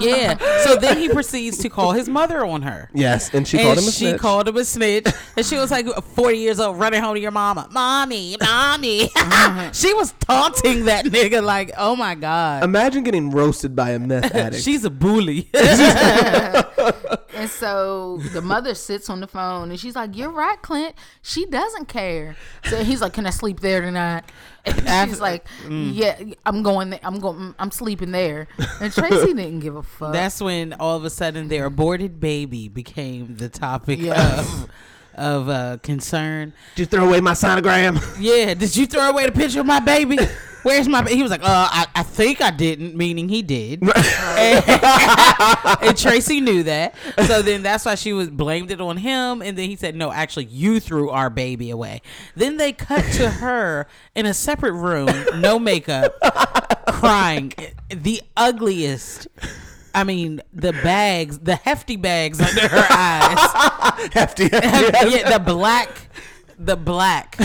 Yeah. So then he proceeds to call his mother on her.
Yes, and she
and
called him a
she
snitch.
called him a snitch. And she was like 40 years old, running home to your mama. Mommy, mommy. she was taunting that nigga, like, oh my God.
Imagine getting roasted by a meth addict.
She's a bully.
And And so the mother sits on the phone and she's like, You're right, Clint. She doesn't care. So he's like, Can I sleep there tonight? And she's like, Yeah, I'm going there. I'm going mm, I'm sleeping there. And Tracy didn't give a fuck.
That's when all of a sudden their aborted baby became the topic
Yes.
of of uh, concern.
Did you throw away my sonogram?
Yeah, did you throw away the picture of my baby? Where's my? ba-" He was like, uh, I, I think I didn't, meaning he did. and Tracy knew that. So then that's why she was blamed it on him. And then he said, No, actually, you threw our baby away. Then they cut to her in a separate room, no makeup, crying. The ugliest. I mean, the bags, the hefty bags under her eyes.
Hefty.
yeah, the black, the black.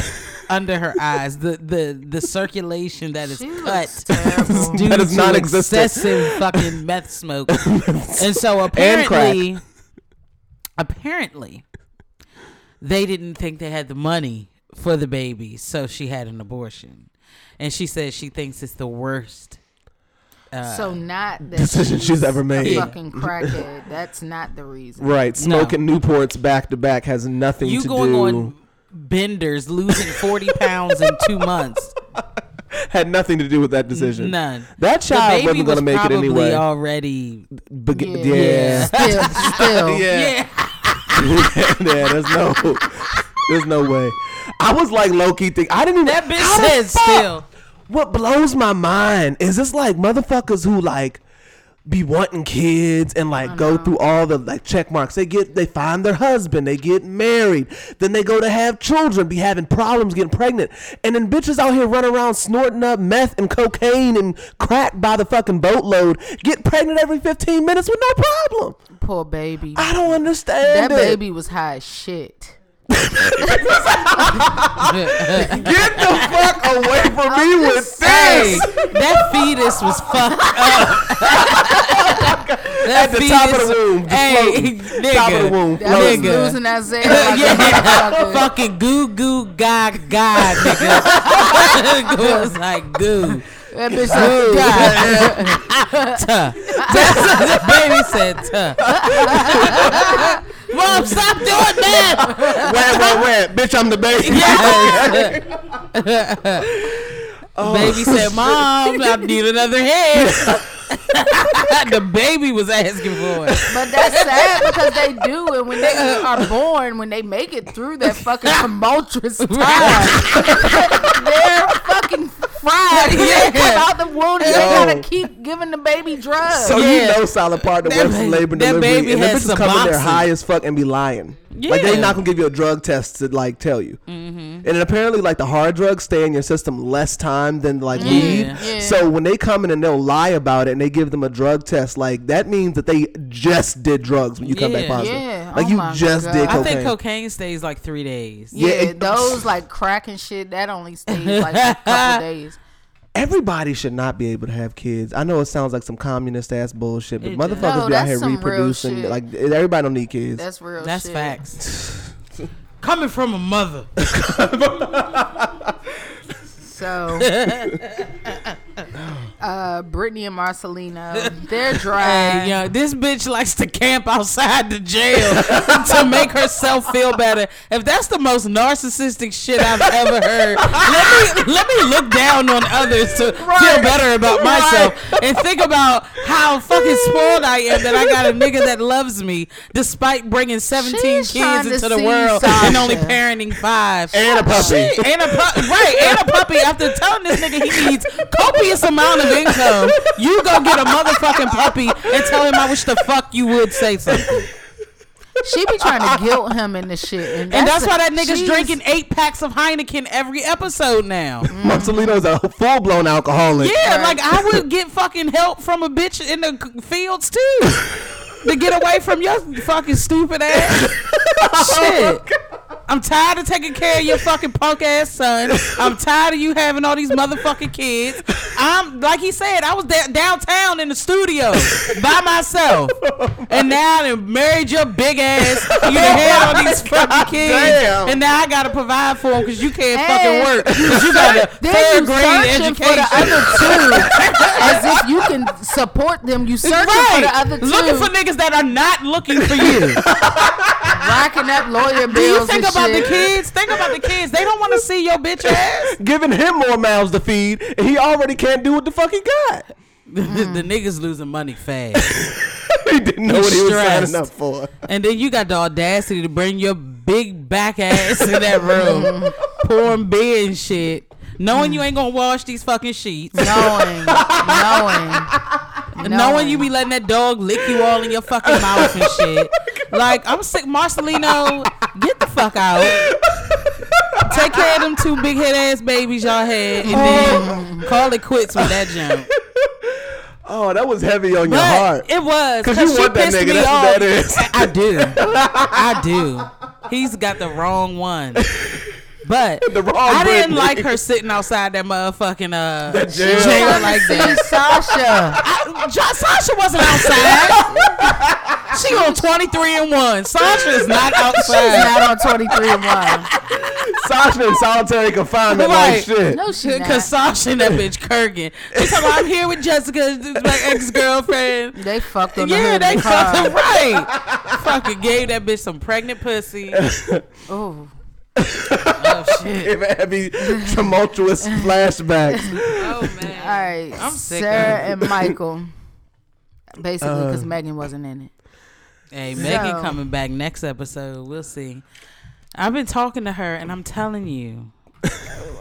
Under her eyes, the the the circulation that is
She looks
cut
terrible.
due
That is
to
non-existent.
excessive fucking meth smoke. and so apparently, apparently, they didn't think they had the money for the baby, so she had an abortion. And she says she thinks it's the worst.
so not that
Uh, Decision she's ever made.
a fucking crackhead. That's not the reason.
Right. Smoking Newports back to back has nothing
You
to
going
do.
on benders, losing forty pounds in two months.
Had nothing to do with that decision.
None.
That
The
child
baby
wasn't
was
gonna make it
probably
anyway.
Already,
Beg- yeah.
Yeah.
Yeah.
Still, still.
yeah.
yeah. There's no. There's no way. I was like low key think I didn't even.
That bitch
How the
said
fuck?
still.
What blows my mind is it's like motherfuckers who like be wanting kids and like go through all the like check marks. They get they find their husband, they get married, then they go to have children, be having problems getting pregnant. And then bitches out here run around snorting up meth and cocaine and crack by the fucking boatload, get pregnant every 15 minutes with no problem.
Poor baby.
I don't
That
understand it.
baby was high as shit.
Get the fuck away from me with this.
Hey, that fetus was fucked up. that
At the top of the room, just
hey,
floating.
nigga,
Top of the womb,
That was
floating.
nigga.
losing that zero. Like a
Yeah,
motherfucker.
fucking goo goo ga ga, nigga. it was like goo.
That bitch was
Tuh. That's what the baby said. Tuh. Mom, stop doing that.
Wait, wait, wait. Bitch, I'm the baby.
Yes.
Oh.
Baby said, "Mom, I need another head." the baby was asking for it.
But that's sad because they do, and when they are born, when they make it through that fucking tumultuous time, they're fucking fried. They come
Yeah.
out the womb, and they gotta keep giving the baby drugs.
So you
Yeah.
know solid partner
That
works
ba-
in labor and
that
delivery,
baby
and they
has
just come in there
Suboxone.
high as fuck and be lying. Like they
Yeah. Mm-hmm.
not gonna give you a drug test to like tell you. And then apparently, like the hard drugs stay in your system less time than like weed.
Yeah.
So when they come in and they'll lie about it, and they give them a drug test, like that means that they just did drugs when you come back
Yeah.
positive.
Yeah.
Like
Oh
you
my
just
God.
did
I
cocaine.
think cocaine stays like three days.
yeah,
yeah, it-
those like crack and shit that only stays like a couple days.
Everybody should not be able to have kids. I know it sounds like some communist ass bullshit, but
It does.
motherfuckers
No,
be out
that's
here
some real
reproducing.
shit.
Like everybody don't need kids.
That's real.
That's
shit.
facts. Coming from a mother.
So, uh, Brittany and Marcelino, they're dry.
Hey, yo, this bitch likes to camp outside the jail to make herself feel better. If that's the most narcissistic shit I've ever heard, let me let me look down on others to feel better about myself and think about how fucking spoiled I am that I got a nigga that loves me despite bringing 17
She's trying
kids
to
into the
see
world and
Sasha.
only parenting five.
and a puppy.
Shit, and a puppy, right? And a puppy. After telling this nigga he needs copious amount of income, you go get a motherfucking puppy and tell him I wish the fuck you would say something.
She be trying to guilt him into shit, and that's,
And that's
a-
why that nigga's
she's-
drinking eight packs of Heineken every episode now.
Marcelino's a full blown alcoholic.
Yeah, like I would get fucking help from a bitch in the c- fields too to get away from your fucking stupid ass. Shit. I'm tired of taking care of your fucking punk ass son. I'm tired of you having all these motherfucking kids. I'm like he said, I was da- downtown in the studio by myself, and now I done married your big ass. You done had all these fucking kids,
Damn.
and now I gotta provide for them because you can't
And-
fucking work because you got a
Then
third
you
grade
searching for the
education.
other two, as if you can support them. You searching for the other two,
Looking for niggas that are not looking for you.
racking up lawyer bills.
Do you think
and
about
shit.
the kids? Think about the kids. They don't want to see your bitch ass.
Giving him more mouths to feed, and he already can't do what the fuck he got.
the, the niggas losing money fast.
He didn't know
He's
what he was signing
stressed.
up for.
and then you got the audacity to bring your big back ass in that room, pouring beer and shit, knowing you ain't gonna wash these fucking sheets,
Knowing, knowing,
knowing you be letting that dog lick you all in your fucking mouth and shit. Like I'm sick, Marcelino, get the fuck out. Take care of them two big head ass babies y'all had, and then call it quits with that junk.
Oh, that was heavy on your
But
heart.
It was
'Cause
because
you
she
want that
pissed
nigga,
me
that's
off.
what that is.
I do. I do. He's got the wrong one. But
The wrong
I didn't
Britney.
like her sitting outside that motherfucking uh
jail.
jail like
See
that.
Sasha.
I, Ja- Sasha wasn't outside. she on twenty three and one. Sasha's not
She's
outside.
not on twenty three and one.
Sasha in solitary confinement like
Right.
shit.
No, she's not.
Cause Sasha and that bitch Kurgan. She talking about I'm here with Jessica, my ex girlfriend.
They fucked on the
Yeah,
hood
they
of the car.
fucking right. fucking gave that bitch some pregnant pussy.
Oh,
Oh shit.
Give a heavy, tumultuous flashbacks.
Oh
all
man.
right.
I'm sick
Sarah and Michael, basically, because Megan wasn't in it.
Hey, Megan
So-
coming back next episode. We'll see. I've been talking to her, and I'm telling you.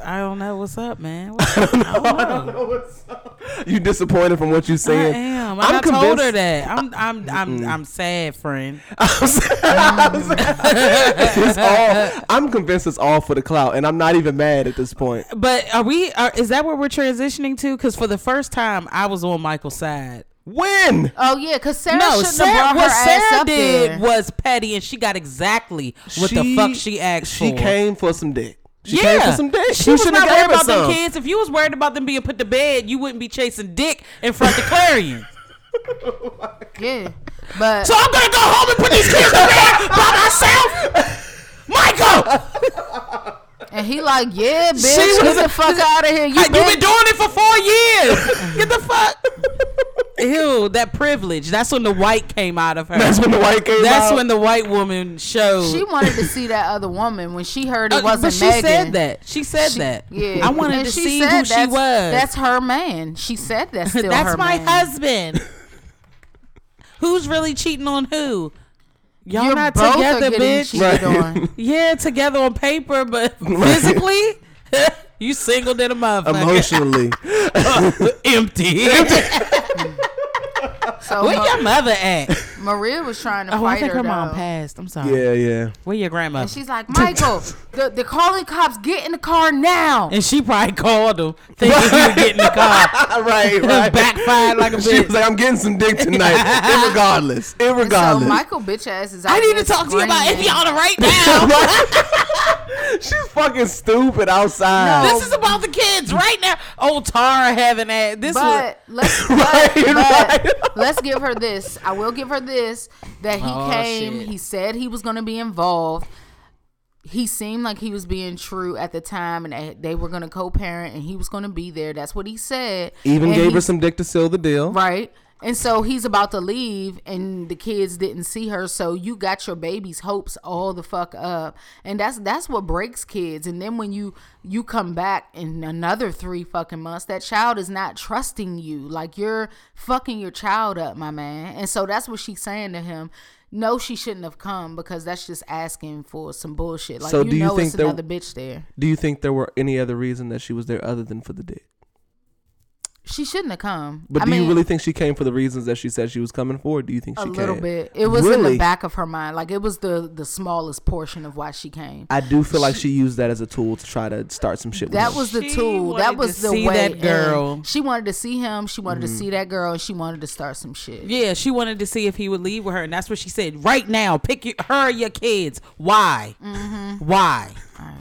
I don't know what's up, man. What- I don't know. I,
You disappointed from what you saying?
am. And i told her that. I'm, I'm, I'm, I'm sad, friend.
it's all. I'm convinced it's all for the clout, and I'm not even mad at this point.
But are we? Are, is that where we're transitioning to? Because for the first time, I was on Michael's side.
When?
Oh yeah, because Sarah
No,
shouldn't
Sarah,
have brought
what
her ass
Sarah
up
did
there.
was petty, and she got exactly what the fuck she asked
She
for.
came for some dick. She came for some dick.
She
You
was
shoulda
not
gave
worried
her
about them
some.
kids. If you was worried about them being put to bed, you wouldn't be chasing dick in front of Clarion.
yeah, but
so I'm gonna go home and put these kids to bed by myself. Michael,
and he like, yeah, bitch,
She was-
get the fuck out of here. You
you have
been,
been doing it for four years. Get the fuck. Ew, that privilege. That's when the white came out of her.
That's when the white came
That's
out.
when the white woman showed.
she wanted to see that other woman when she heard it
Uh,
wasn't
but she
Megan.
said that. She said that.
Yeah,
I wanted
And
to
she
see
said
who she
that's-
was.
That's her man. She said that's still
That's
her
my
man.
husband. Who's really cheating on who? Y'all
You're
not
both are
together,
getting
bitch.
Right.
cheated on.
Yeah, together on paper, but physically, you single than a motherfucker.
Emotionally,
Empty.
So
Where
Ma-
your mother at?
Maria was trying to
Oh,
fight
I think
her.
her mom
though.
passed. I'm sorry.
yeah, yeah.
Where your grandma?
She's like, Michael, the, the calling cops. Get in the car now.
And she probably called him thinking he would get in the car.
right, right.
Backfired like a
She
bitch.
was like, "I'm getting some dick tonight, irregardless,
And so
irregardless."
Michael bitch ass is. Out
I need
there
to talk to you about
screaming.
Indiana right now.
She's fucking stupid outside.
this is about the kids right now. Oh, Tara having that. This was.
But let's
Right,
but,
right.
but let's give her this. I will give her this that he
Oh,
came.
shit.
He said he was going to be involved. He seemed like he was being true at the time, and they- they were going to co-parent, and he was going to be there. That's what he said.
Even
And
gave her
he's-
some dick to seal the deal.
right. And so he's about to leave, and the kids didn't see her. So you got your baby's hopes all the fuck up, and that's that's what breaks kids. And then when you you come back in another three fucking months, that child is not trusting you. Like you're fucking your child up, my man. And so that's what she's saying to him. No, she shouldn't have come because that's just asking for some bullshit. Like
So
you
do you
know,
think
it's
there-
another bitch there.
Do you think there were any other reason that she was there other than for the dick?
She shouldn't have come.
But
I
do you
mean-
really think she came for the reasons that she said she was coming for? Or do you think
a
she
little
came?
bit. It was in
Really?
the back of her mind. Like it was the the smallest portion of why she came.
I do feel like she used that as a tool to try to start some shit.
that
with
was the
She
tool. That
wanted
was
to
the
see
way.
that
in.
girl.
She wanted to see him. She wanted
Mm-hmm.
to see that girl, and she wanted to start some shit.
Yeah, she wanted to see if he would
Mm-hmm.
leave with her, and that's what she said. Right now, pick your, her or your kids. Why? Why?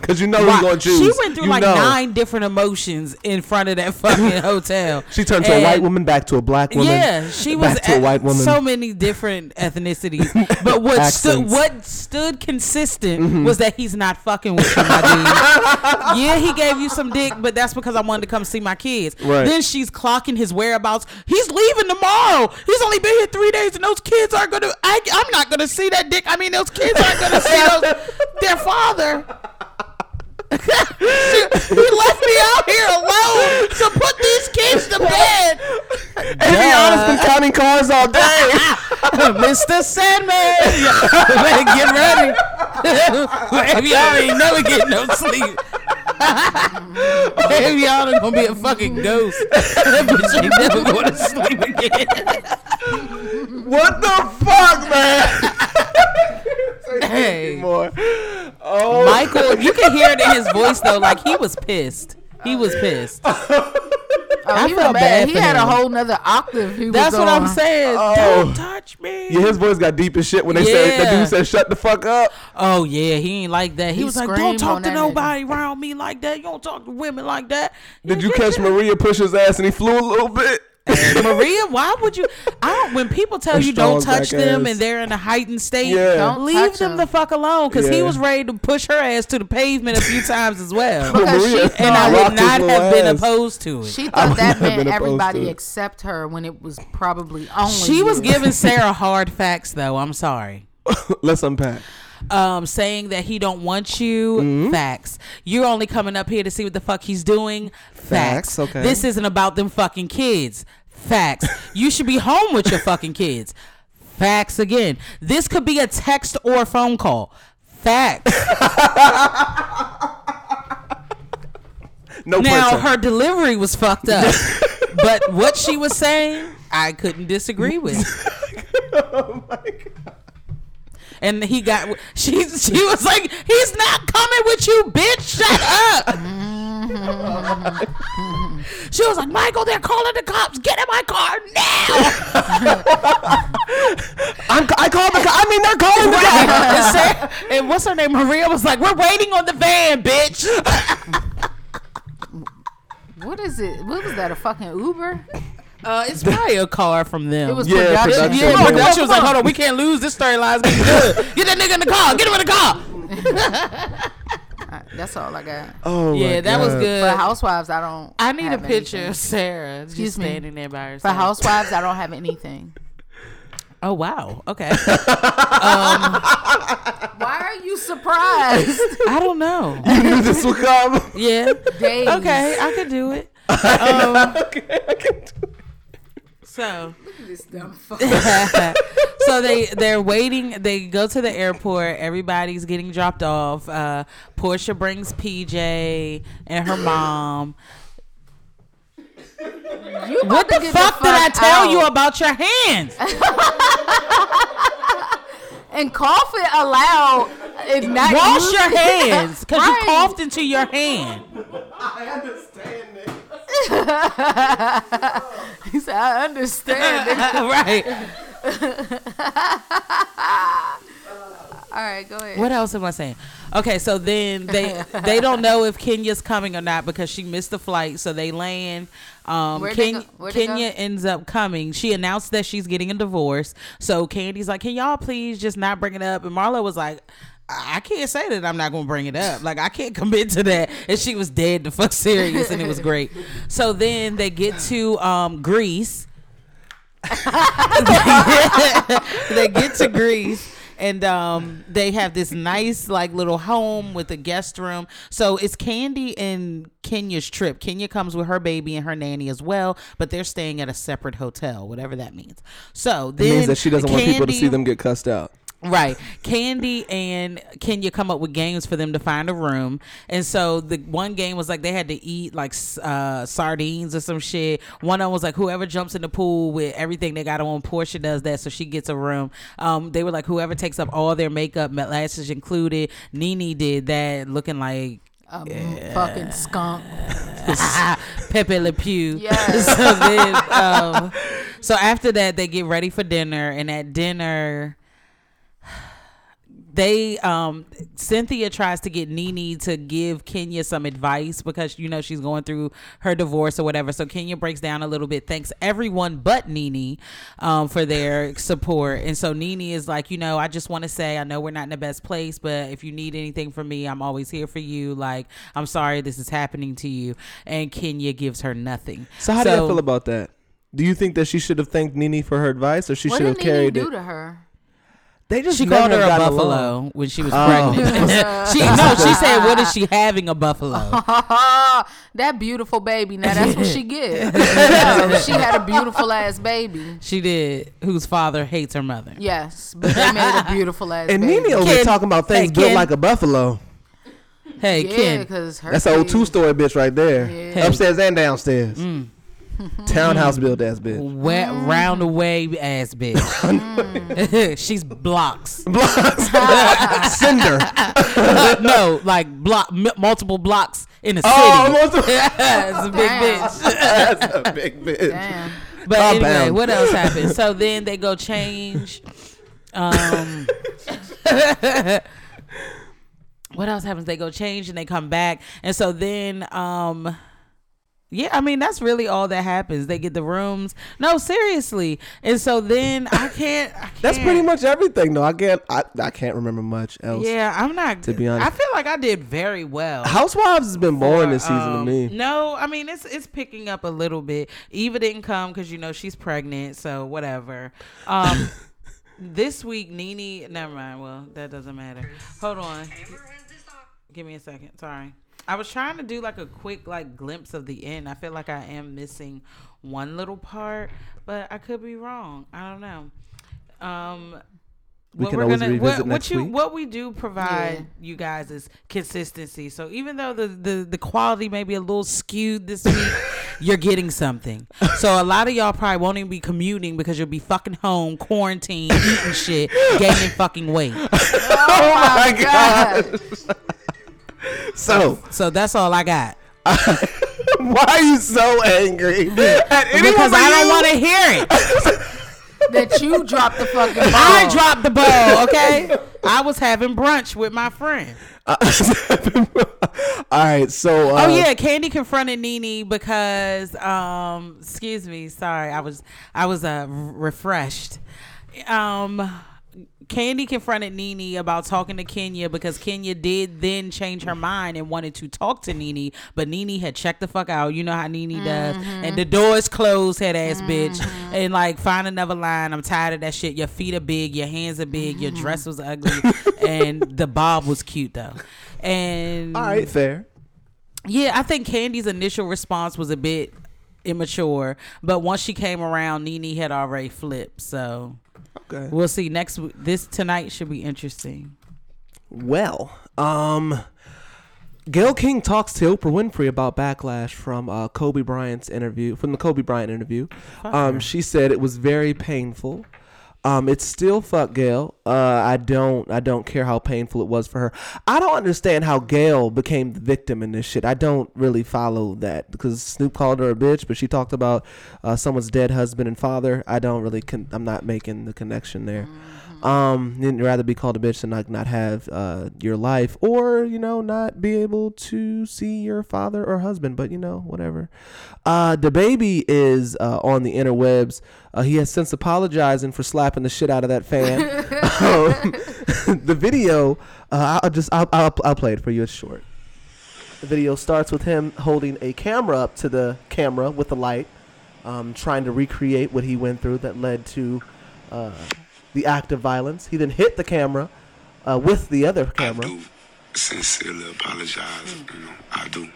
Because you know who's
Why-
going to choose.
She went through
You
like
know.
nine different emotions in front of that fucking hotel.
She turned to a white
And-
woman, back to a black woman.
Yeah, she
back
was
to a
at
white woman.
so many different ethnicities. But what stood
Accents. Mm-hmm.
what stood consistent was that he's not fucking with you, my dude. yeah, he gave you some dick, but that's because I wanted to come see my kids.
Right.
Then she's clocking his whereabouts. He's leaving tomorrow. He's only been here three days, and those kids are gonna. I, I'm not gonna see that dick. I mean, those kids aren't gonna see those, their father. he left me out here alone to put these kids to bed.
and to be honest, been counting cars all day.
Mr. Sandman. Better get ready. Baby, y'all ain't never getting no sleep. Baby, y'all are gonna be a fucking ghost. That bitch ain't never going to sleep again.
what the fuck, man?
Hey,
More. Oh,
Michael, you can hear it in his voice though. Like he was pissed. He was pissed. I
he
felt
was
bad
bad. He
for
had
him.
a whole nother octave. He
That's
was
what
on.
I'm saying.
Oh.
Don't touch me.
yeah, his voice got deep as shit when they said the
Yeah.
dude said, "Shut the fuck up."
Oh yeah, he ain't like that. He,
He
was like,
screamed
"Don't talk
on
to
that nigga."
nobody around me like that. You don't talk to women like that."
Did you
Yeah,
catch
yeah.
Maria push his ass and he flew a little bit?
Maria, why would you? I don't. When people tell
Her
you don't
strong
touch
black
them
ass.
and they're in a heightened state,
Yeah.
Don't
leave
touch
them
'em.
the fuck alone. Because he
Yeah.
was ready to push her ass to the pavement a few times as well,
Because she-
Maria
and I
rocked
would
his
not
little
have been
ass.
opposed to it. Oh, She,
She
I
thought
would not
that
have been
meant
opposed to
everybody
it.
except her when it was probably only.
was
you.
giving Sarah hard facts though. I'm sorry.
Let's unpack.
um, saying that he don't want you. Facts. You're only coming up here to see what the fuck he's doing. Facts.
Facts, okay.
This isn't about them fucking kids. Facts. you should be home with your fucking kids. Facts again. This could be a text or a phone call. Facts.
No
now
pressure.
her delivery was fucked up, but what she was saying, I couldn't disagree with.
Oh
And he got she. She was like, "He's not coming with you, bitch. Shut up." she was like, "Michael, they're calling the cops. Get in my car now."
I'm, I called the. co- I mean, they're calling the.
Right.
guy.
and, Sarah, and what's her name? Maria was like, "We're waiting on the van, bitch."
What is it? What was that? A fucking Uber?
Uh, it's probably a car from them.
It was
Yeah,
production.
production.
Yeah,
Come on,
but that shit was like,
on.
hold on, we can't lose. This storyline's getting good. Get that nigga in the car. Get him in the car.
That's all I got.
Oh my
yeah, that was
God.
For
good.
housewives, I don't.
I need a
have
picture
anything.
of Sarah just
Excuse me.
standing there by
For
herself.
housewives, I don't have anything.
Oh wow. Okay.
Why are you surprised?
I don't know.
You knew this would come.
Yeah.
Days.
Okay, I could do it. Um, so so they they're waiting they go to the airport everybody's getting dropped off uh portia brings pj and her mom
You about
what the
to get
fuck, did i
fuck
tell you
out.
about your hands
And cough it aloud. And not
wash
use-
your hands because
Right.
you coughed into your hand
He said, I understand. it."
right
All right, go ahead.
What else am I saying? Okay, so then they they don't know if Kenya's coming or not because she missed the flight. So they land. Um,
Where'd they
Ken-
go- where'd they
Kenya
go?
ends up coming. She announced that she's getting a divorce. So Candy's like, "Can y'all please just not bring it up?" And Marlo was like. I I can't say that I'm not gonna bring it up. Like I can't commit to that. And she was dead the fuck serious, and it was great. So then they get to um, Greece, they get to Greece and um, they have this nice like little home with a guest room. So it's Candy and Kenya's trip. Kenya comes with her baby and her nanny as well, but they're staying at a separate hotel, whatever that means. So then
It means that she doesn't want people to see
Candy-
them get cussed out.
Right. Candy and Kenya come up with games for them to find a room. And so the one game was like they had to eat like s- uh, sardines or some shit. One of them was like whoever jumps in the pool with everything they got on, Portia does that. So she gets a room. Um, they were like whoever takes up all their makeup, lashes included. Nene did that looking like
Um, Fucking skunk.
Pepe Le Pew.
Yes.
so then, um, so after that, they get ready for dinner, and at dinner, they um Cynthia tries to get Nene to give Kenya some advice because you know she's going through her divorce or whatever. So Kenya breaks down a little bit, thanks everyone but Nene um, for their support. And so Nene is like, you know, I just want to say I know we're not in the best place, but if you need anything from me, I'm always here for you. Like, I'm sorry this is happening to you. And Kenya gives her nothing.
So how do you feel about that? Do you think that she should have thanked Nene for her advice, or she
What
should have
did Nene
carried
do
it?
to her?
They just
She called her
never
a
got
buffalo
along.
when she was
Oh.
pregnant. she no, she said, "What is she having a buffalo?"
Ah, that beautiful baby. Now that's what she get. No, she had a beautiful ass baby.
She did. Whose father hates her mother.
Yes, but they made a beautiful ass
And
baby.
Nene over there
Ken-
talking about things
hey,
built
Ken.
like a buffalo.
Hey,
yeah,
Ken.
because her
That's an old
baby-
two story bitch right there. Upstairs and downstairs.
Mm.
Townhouse built ass bitch.
Wet round away ass bitch. She's blocks.
Blocks. Cinder.
Like, no, like block m- multiple blocks in a
Oh,
city.
almost.
it's a big
Damn.
bitch.
That's a big bitch.
Damn.
But
Compound.
anyway, what else happened? So then they go change. Um, what else happens? They go change and they come back, and so then. Um, yeah, I mean that's really all that happens. They get the rooms. No, seriously. And so then I can't. I can't.
That's pretty much everything, though. I can't. I, I can't remember much else.
Yeah, I'm not. To
be
be
honest.
honest, I feel like I did very well.
Housewives has been boring this season
Um,
to me.
No, I mean it's it's picking up a little bit. Eva didn't come because you know she's pregnant, so whatever. Um, this week Nene, never mind. Well, that doesn't matter. Hold on, give me a second. Sorry, I was trying to do like a quick like glimpse of the end. I feel like I am missing one little part, but I could be wrong. I don't know. Um,
We
what
can
we're
always
gonna,
revisit
what,
next
what you,
week.
What we do provide you guys is consistency. So even though the, the, the quality may be a little skewed this week, you're getting something. So a lot of y'all probably won't even be commuting because you'll be fucking home, quarantined, eating shit, gaining fucking weight.
Oh my god. so
So that's all I got.
why are you so angry at anyone?
Because
but
I don't
you?
want to hear it.
That you dropped the fucking ball.
I dropped the ball, okay? I was having brunch with my friend.
All right, so uh,
Oh yeah, Candy confronted Nene because um excuse me, sorry. I was I was uh refreshed. Um Candy confronted Nene about talking to Kenya because Kenya did then change her mind and wanted to talk to Nene, but Nene had checked the fuck out. You know how Nene does. And the doors closed, head ass bitch. And like, find another line. I'm tired of that shit. Your feet are big. Your hands are big. Your dress was ugly. and the bob was cute though. And
All right, fair.
yeah, I think Candy's initial response was a bit immature, but once she came around, Nene had already flipped. So
Okay.
we'll see next. w- This tonight should be interesting.
Well, um, Gail King talks to Oprah Winfrey about backlash from uh, Kobe Bryant's interview, from the Kobe Bryant interview. Um, she said it was very painful. Um, it's still fuck Gail. Uh, I don't, I don't care how painful it was for her. I don't understand how Gail became the victim in this shit. I don't really follow that because Snoop called her a bitch, but she talked about uh, someone's dead husband and father. I don't really, con- I'm not making the connection there. Um, you'd rather be called a bitch than like not have uh your life, or you know, not be able to see your father or husband. But you know, whatever. Uh, the baby is uh, on the interwebs. Uh, he has since apologizing for slapping the shit out of that fan. um, the video, uh, I'll just I'll, I'll I'll play it for you. It's short. The video starts with him holding a camera up to the camera with the light, um, trying to recreate what he went through that led to uh, the act of violence. He then hit the camera uh, with the other camera.
I do sincerely apologize. You know, I do.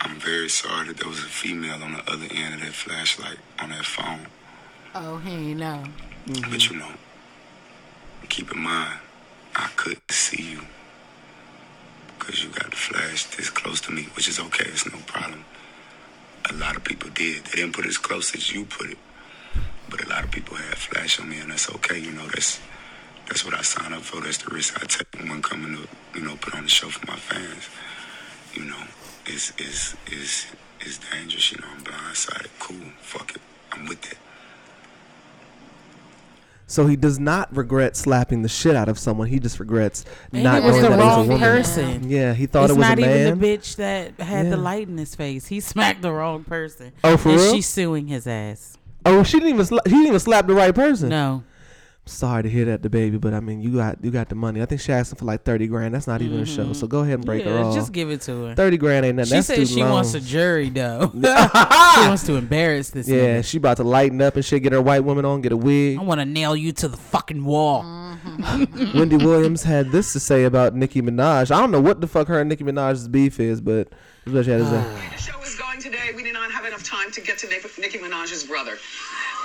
I'm very sorry that there was a female on the other end of that flashlight on that phone.
Oh, he ain't know.
But you know, keep in mind, I couldn't see you because you got the flash this close to me, which is okay. It's no problem. A lot of people did. They didn't put it as close as you put it, but a lot of people had flash on me, and that's okay. You know, that's that's what I signed up for. That's the risk I take when coming to you know put on the show for my fans. You know, it's it's it's it's dangerous. You know, I'm blindsided. Cool. Fuck it. I'm with it.
So he does not regret slapping the shit out of someone. He just regrets not
it was
knowing
the
that it was a
wrong
woman.
person.
Yeah, he thought
it's
it was a
not
man.
even the bitch that had
Yeah.
the light in his face. He smacked the wrong person.
Oh, for
and
real?
She's suing his ass.
oh, she didn't even sla- he didn't even slap the right person.
No,
Sorry to hear that, the baby, but I mean, you got you got the money. I think she asked him for like thirty grand. That's not even a show. So go ahead and break her
Mm-hmm. Yeah,
off.
just give it to her.
thirty grand ain't nothing.
She
That's too
said she
long.
wants a jury though. she wants to embarrass this.
Yeah,
Yeah,
she about to lighten up and shit. Get her white woman on. Get a wig.
I want to nail you to the fucking wall.
Wendy Williams had this to say about Nicki Minaj. I don't know what the fuck her and Nicki Minaj's beef is, but this is what she had to say.
the show is going today. We did not have enough time to get to Nick- Nicki Minaj's brother.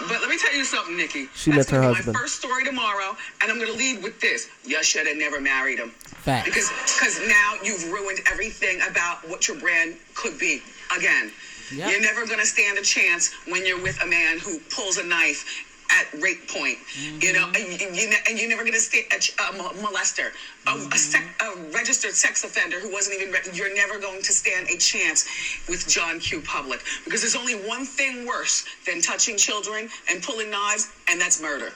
But let me tell you something, Nicki.
She
That's
met her
gonna be
husband.
My first story tomorrow, and I'm going to lead with this: you should have never married him.
Facts.
Because because now you've ruined everything about what your brand could be. Again,
Yep.
you're never going to stand a chance when you're with a man who pulls a knife. At rape point, you know, and, you- you, ne- and you're never going to stay a, ch- a mo- molester, a, a, sec- a registered sex offender who wasn't even. Re- you're never going to stand a chance with John Q. Public because there's only one thing worse than touching children and pulling knives, and that's murder.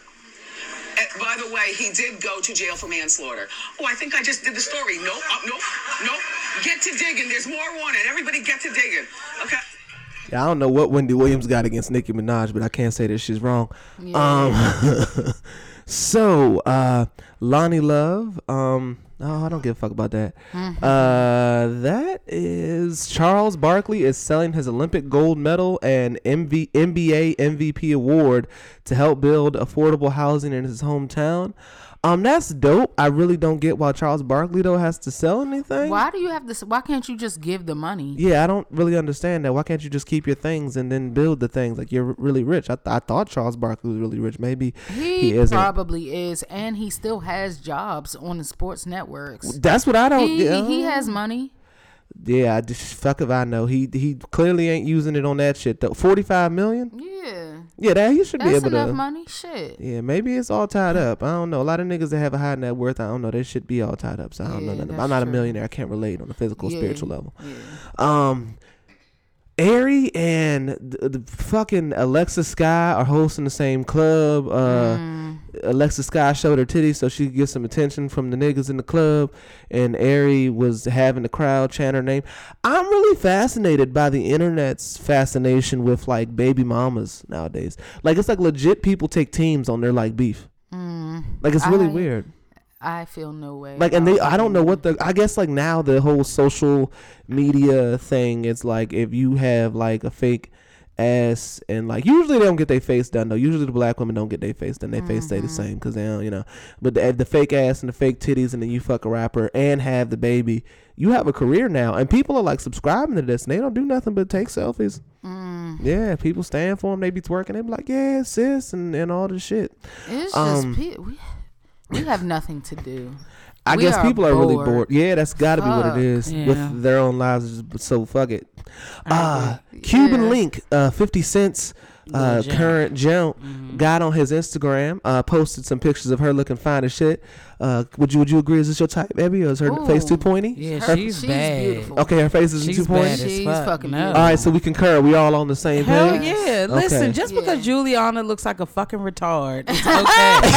And by the way, he did go to jail for manslaughter. Oh, I think I just did the story. Nope, uh, nope, nope. Get to digging. There's more on it. Everybody get to digging. Okay.
Yeah, I don't know what Wendy Williams got against Nicki Minaj, but I can't say that she's wrong. Um, so uh, Lonnie Love. Um, oh, I don't give a fuck about that. Uh, that is Charles Barkley is selling his Olympic gold medal and MV, NBA MVP award to help build affordable housing in his hometown. Um, that's dope. I really don't get why Charles Barkley though has to sell anything.
Why do you have this? Why can't you just give the money?
Yeah, I don't really understand that. Why can't you just keep your things and then build the things? Like you're r- really rich. I, th- I thought Charles Barkley was really rich. Maybe he,
He,
isn't.
probably is, and he still has jobs on the sports networks.
That's what I don't.
He,
yeah,
he has money.
Yeah, I just fuck if I know. He he clearly ain't using it on that shit though. Forty five million.
Yeah,
Yeah, that he should be
that's
able
enough
to.
money. Shit.
Yeah, maybe it's all tied up. I don't know. A lot of niggas that have a high net worth, I don't know. They should be all tied up. So I don't know
Yeah,
nothing. about- I'm
that's
not a
true.
millionaire. I can't relate on a physical,
Yeah,
spiritual level. Um, Ari and the, the fucking Alexa Sky are hosting the same club. Uh, Alexa Sky showed her titties so she could get some attention from the niggas in the club, and Ari was having the crowd chant her name. I'm really fascinated by the internet's fascination with like baby mamas nowadays. Like it's like legit people take teams on their like beef. Like it's really
I-
weird
I feel no way.
like and
about
they i don't know
that.
what the i guess like now the whole social media thing is like if you have like a fake ass and like usually they don't get their face done though usually the black women don't get their face done their face stay the same because they don't you know but the, the fake ass and the fake titties and then you fuck a rapper and have the baby you have a career now and people are like subscribing to this and they don't do nothing but take selfies yeah people stand for them they be twerking they be like yeah sis and, and all this shit
It's
Um,
just pe- we, we have nothing to do.
I
We
guess
are
people are really
bored.
bored. Yeah, that's got to be what
Fuck.
it is
Yeah.
with their own lives. just- So fuck it. Uh, Cuban
Yeah.
Link, uh, 50 Cent's uh,
Lil' Jon.
current gem,
Mm-hmm.
got on his Instagram, uh, posted some pictures of her looking fine as shit. Uh, would you would you agree? Is this your type, Abby? Or is her face
Ooh.
too pointy?
Yeah,
Her-
she's,
she's
bad.
beautiful.
Okay, her face isn't
She's
too pointy.
bad as
She's
fuck.
fucking
no.
beautiful.
All right, so we concur. We all on the same
Hell
page.
yeah!
Okay.
Listen, just
Yeah.
because Juliana looks like a fucking retard, it's okay.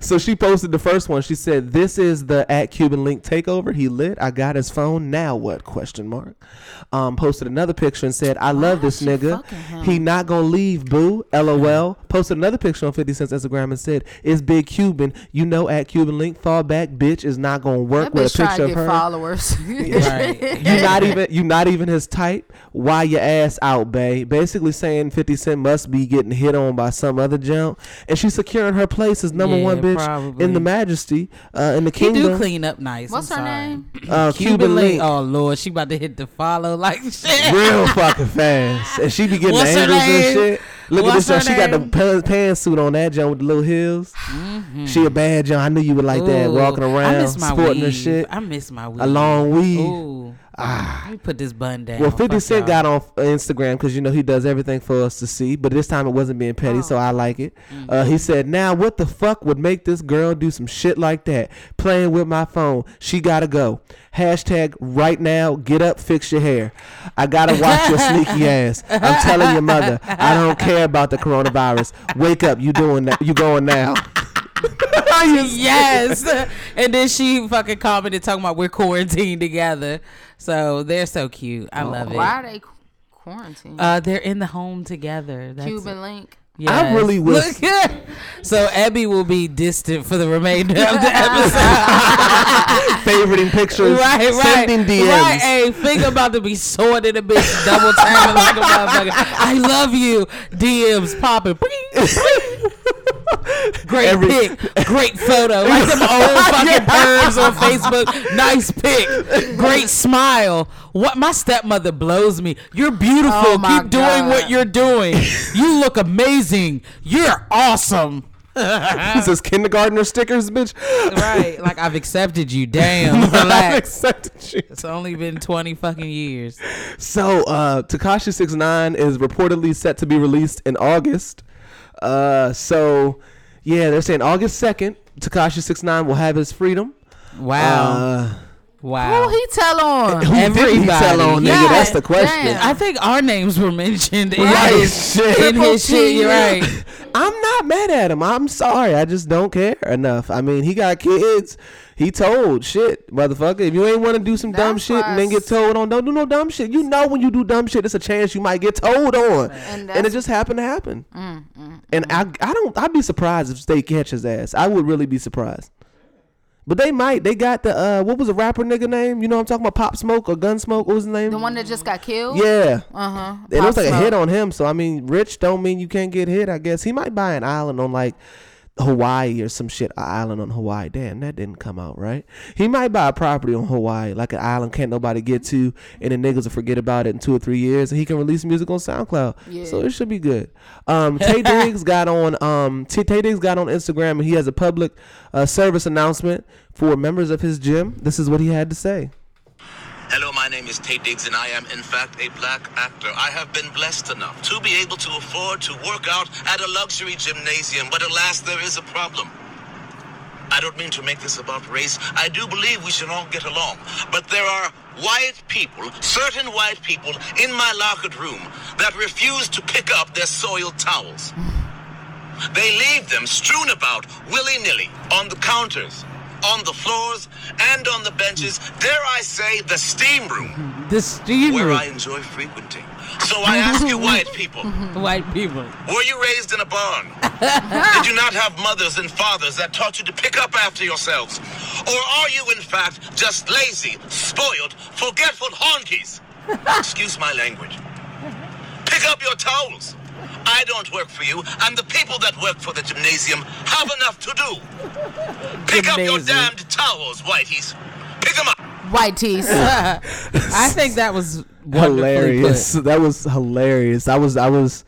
So she posted the first one. She said, "This is the at Cuban Link takeover. He lit. I got his phone. Now what? Question mark." Um, posted another picture and said, "I love this
she
nigga.
fucking him?
He not gonna leave. Boo. LOL." Posted another picture on Fifty Cent's Instagram and said, "It's Big Cuban. You know at Cuban Link. Fall back, bitch. Is not gonna work
That
with
bitch
a
trying
picture
to
of
get
her.
followers.
right?
You not even you not even his type. Why your ass out, bae? Basically saying Fifty Cent must be getting hit on by some other jump, and she's securing her place as number
Yeah,
one bitch in
probably.
the Majesty uh, in the
He
kingdom.
do clean up nice.
What's her
I'm sorry.
name?
uh,
Cuban,
Cuban
Link.
Link.
Oh lord, she about to hit the follow like shit.
Real fucking fast, and she be getting
What's her
angles and
name?
shit. Look
What's
at this,
her
joint. she got the
name? Mm-hmm.
pa- pantsuit on that joint with the little heels. She a bad joint. I knew you would like that,
Ooh,
walking
I
around,
miss my
sporting
weave.
her shit,
I miss my weave.
a long weave.
Ooh. Let me put this bun down.
Well, 50
Fuck
Cent
y'all.
got on uh, Instagram because you know he does everything for us to see, but this time it wasn't being petty,
Oh.
so I like it.
Mm-hmm.
Uh, he said, Now, what the fuck would make this girl do some shit like that? Playing with my phone. She gotta go. Hashtag right now, get up, fix your hair. I gotta watch your sneaky ass. I'm telling your mother, I don't care about the coronavirus. Wake up, you doing that. You going now.
yes. and then she fucking commented talking about we're quarantined together. So they're so cute.
Oh.
I love
Why
it.
are they qu- quarantined?
Uh, they're in the home together. That's
Cuban link.
I really wish-
Look, so Abby will be distant for the remainder of the episode.
Favoriting pictures.
right, right.
Sending DMs.
Right, hey, finger about to be short in a bitch, double tapping like a motherfucker. I love you. DMs popping. Bing, bing. Great
Every-
pic, great photo. Like some old fucking birds on Facebook. Nice pic, great smile. What my stepmother blows me. You're beautiful.
Oh my
Keep doing what
God.
you're doing. You look amazing. You're awesome.
This is kindergartner stickers, bitch.
Right, like I've accepted you. Damn,
I
relax.
accepted you.
It's only been 20 fucking years.
So uh Takashi 69 is reportedly set to be released in August. Uh so yeah, they're saying August 2nd, Takashi 69 will have his freedom.
Wow.
Uh
wow.
Who he tell on?
who did he tell
Everybody.
on, nigga?
Yeah,
That's the question.
damn.
I think our names were mentioned in
Right,
his,
shit.
in
Triple
his shit.
T.
You're right.
I'm not mad at him. I'm sorry. I just don't care enough. I mean, he got kids. He told shit, motherfucker. If you ain't want to do some dumb
That's
shit and then
why I
get told on, don't do no dumb shit. You know when you do dumb shit, it's a chance you might get told on, and, it
that's- Mm,
just happened to happen. and I, I don't. I'd be surprised if they catch his ass. I would really be surprised. But they might. They got the uh, what was the rapper nigga name? You know what I'm talking about? Pop Smoke or Gun Smoke? What was his name?
The one that just got killed.
Yeah.
Uh huh.
It looks like a hit on him. So I mean, rich don't mean you can't get hit. I guess he might buy an island on like Hawaii or some shit. An island on Hawaii. Damn, that didn't come out right. He might buy a property on Hawaii, like an island can't nobody get to, and the niggas will forget about it in two or three years, and he can release music on SoundCloud. So it should be good. Um, Tay Diggs got on. Um, T- Tay Diggs got on Instagram, and he has a public uh, service announcement for members of his gym. This is what he had to say.
Hello, my name is Tay Diggs, and I am, in fact, a black actor. I have been blessed enough to be able to afford to work out at a luxury gymnasium, but alas, there is a problem. I don't mean to make this about race. I do believe we should all get along. But there are white people, certain white people, in my locker room that refuse to pick up their soiled towels. They leave them strewn about willy nilly on the counters, on the floors, and on the benches. Dare I say, the steam room,
The steam
where
room.
I enjoy frequenting. So I ask you, white people,
White people.
were you raised in a barn? Did you not have mothers and fathers that taught you to pick up after yourselves? Or are you, in fact, just lazy, spoiled, forgetful honkies? Excuse my language. Pick up your towels. I don't work for you, and the people that work for the gymnasium have enough to do. Pick up your
Gymnasium.
damned towels, whiteys. Pick them up.
White teeth.
I think that was
hilarious. That was hilarious. I was I was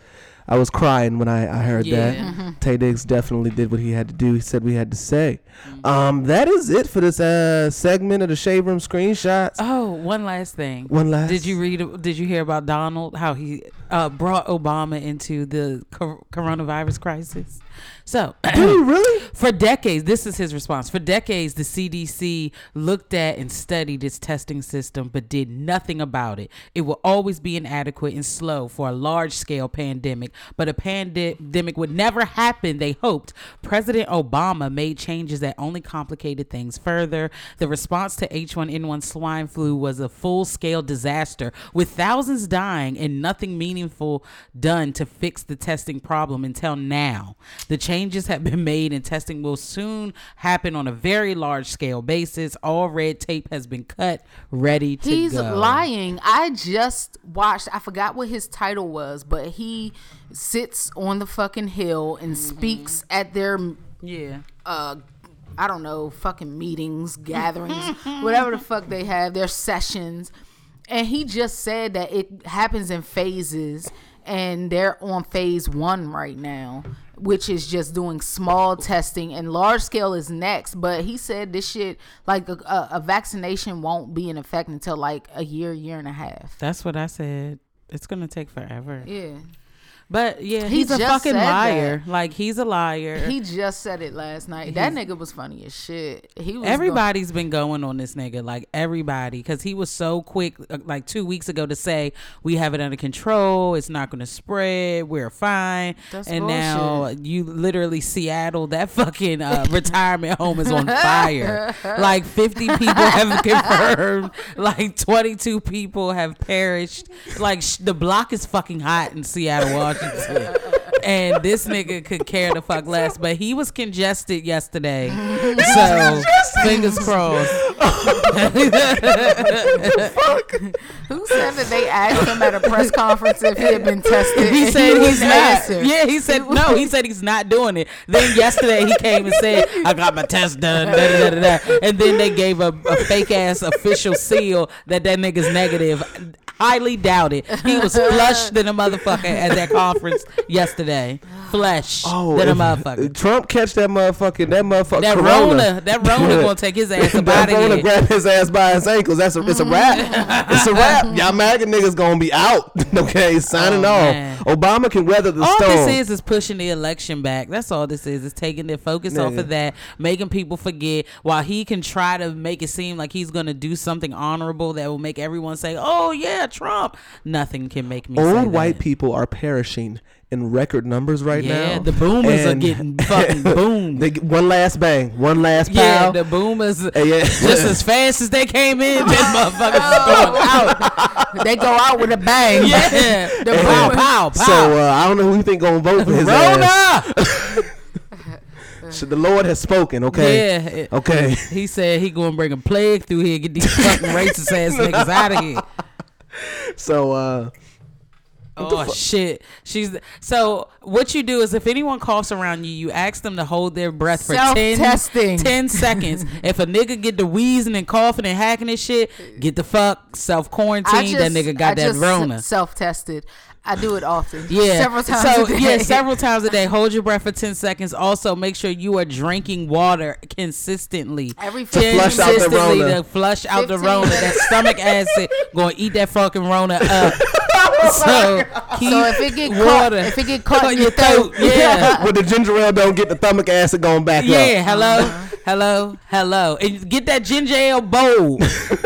I was crying when I, I heard
Yeah.
that. Mm-hmm. Tay Diggs definitely did what he had to do. He said we had to say.
Mm-hmm.
Um, that is it for this uh segment of the shave room screenshots.
Oh, one last thing.
One last.
Did you read? Did you hear about Donald? How he uh, brought Obama into the cor- coronavirus crisis? So,
Dude, really?
for decades, this is his response. For decades, the CDC looked at and studied its testing system, but did nothing about it. It will always be inadequate and slow for a large scale pandemic, but a pandemic would never happen, they hoped. President Obama made changes that only complicated things further. The response to H1N1 swine flu was a full scale disaster with thousands dying and nothing meaningful done to fix the testing problem until now. The changes have been made and testing will soon happen on a very large scale basis. All red tape has been cut, ready to
He's
go.
lying. I just watched. I forgot what his title was, but he sits on the fucking hill and
Mm-hmm.
speaks at their
Yeah.
uh I don't know, fucking meetings, gatherings, whatever the fuck they have, their sessions. And he just said that it happens in phases and they're on phase 1 right now. which is just doing small testing and large scale is next. But he said this shit, like a, a, a vaccination won't be in effect until like a year, year and a half.
That's what I said. It's gonna take forever.
Yeah.
But yeah,
He
he's a
just
fucking
said
liar.
that.
Like he's a liar.
He just said it last night. That nigga was funny as shit. He was going-
Everybody's been going on this nigga, like everybody, because he was so quick, uh, like two weeks ago, to say we have it under control. It's not going to spread. We're fine.
That's
and now you literally Seattle, that fucking uh, retirement home is on fire. like fifty people have confirmed. Like twenty two people have perished. Like sh- the block is fucking hot in Seattle, Washington. And this nigga could care the fuck less, but he was congested yesterday. So fingers crossed.
Who said that they asked him at a press conference if he had been tested?
He
and
said he's
wouldn't
not.
answer?
Yeah, he said no. He said he's not doing it. Then yesterday he came and said, "I got my test done." Da, da, da, da, da. And then they gave a, a fake ass official seal that that nigga's negative. Highly doubted. He was flushed than a motherfucker at that conference yesterday. Flesh than a
if
motherfucker.
Trump catch that motherfucking that motherfucker.
That
corona,
Rona, that Rona gonna take his ass up
that
out
Rona
of here.
grab his ass by his ankles. That's a, it's a
Mm-hmm.
wrap. it's a wrap. Y'all MAGA niggas gonna be out. okay, signing
Oh,
off.
man.
Obama can weather the
all
storm.
this is is pushing the election back. That's all this is. It's taking their focus off
Nigga.
of that, making people forget. While he can try to make it seem like he's going to do something honorable that will make everyone say, "Oh yeah, Trump." Nothing can make me. say
Old
that.
white people are perishing in record numbers right now.
Yeah, the boomers are getting fucking boomed.
They get one last bang, one last pow. Uh,
Yeah, the boomers
yeah.
just as fast as they came in, this motherfuckers is going
Oh.
out.
They go out with a bang.
Yeah, the
And-
pow pow pow.
So uh, I don't know who you think gonna vote for his ass.
Rona.
So the Lord has spoken.
Yeah.
Okay.
it-
Okay.
He said he gonna bring a plague through here, get these fucking racist ass niggas out of here.
So uh,
Oh shit. She's so what you do is if anyone coughs around you, you ask them to hold their breath for 10,
Self-testing.
10 seconds. if a nigga get to wheezing and coughing and hacking and shit, get the fuck self
I
quarantine. That
just-
nigga got
I
that
just
Rona.
Self tested. I do it often.
Yeah.
several times.
So
a day.
yeah, several times a day. Hold your breath for ten seconds. Also, make sure you are drinking water consistently.
Every
To flush out the
Consistently
Rona.
to flush out the
15
Rona. That stomach acid going to eat that fucking Rona up.
Oh
so keep
So if it get caught,
water
if it get caught in your throat,
throat, yeah.
with the ginger ale, don't get the stomach acid going back up.
Yeah, hello,
Uh-huh.
hello, hello, and get that ginger ale bowl.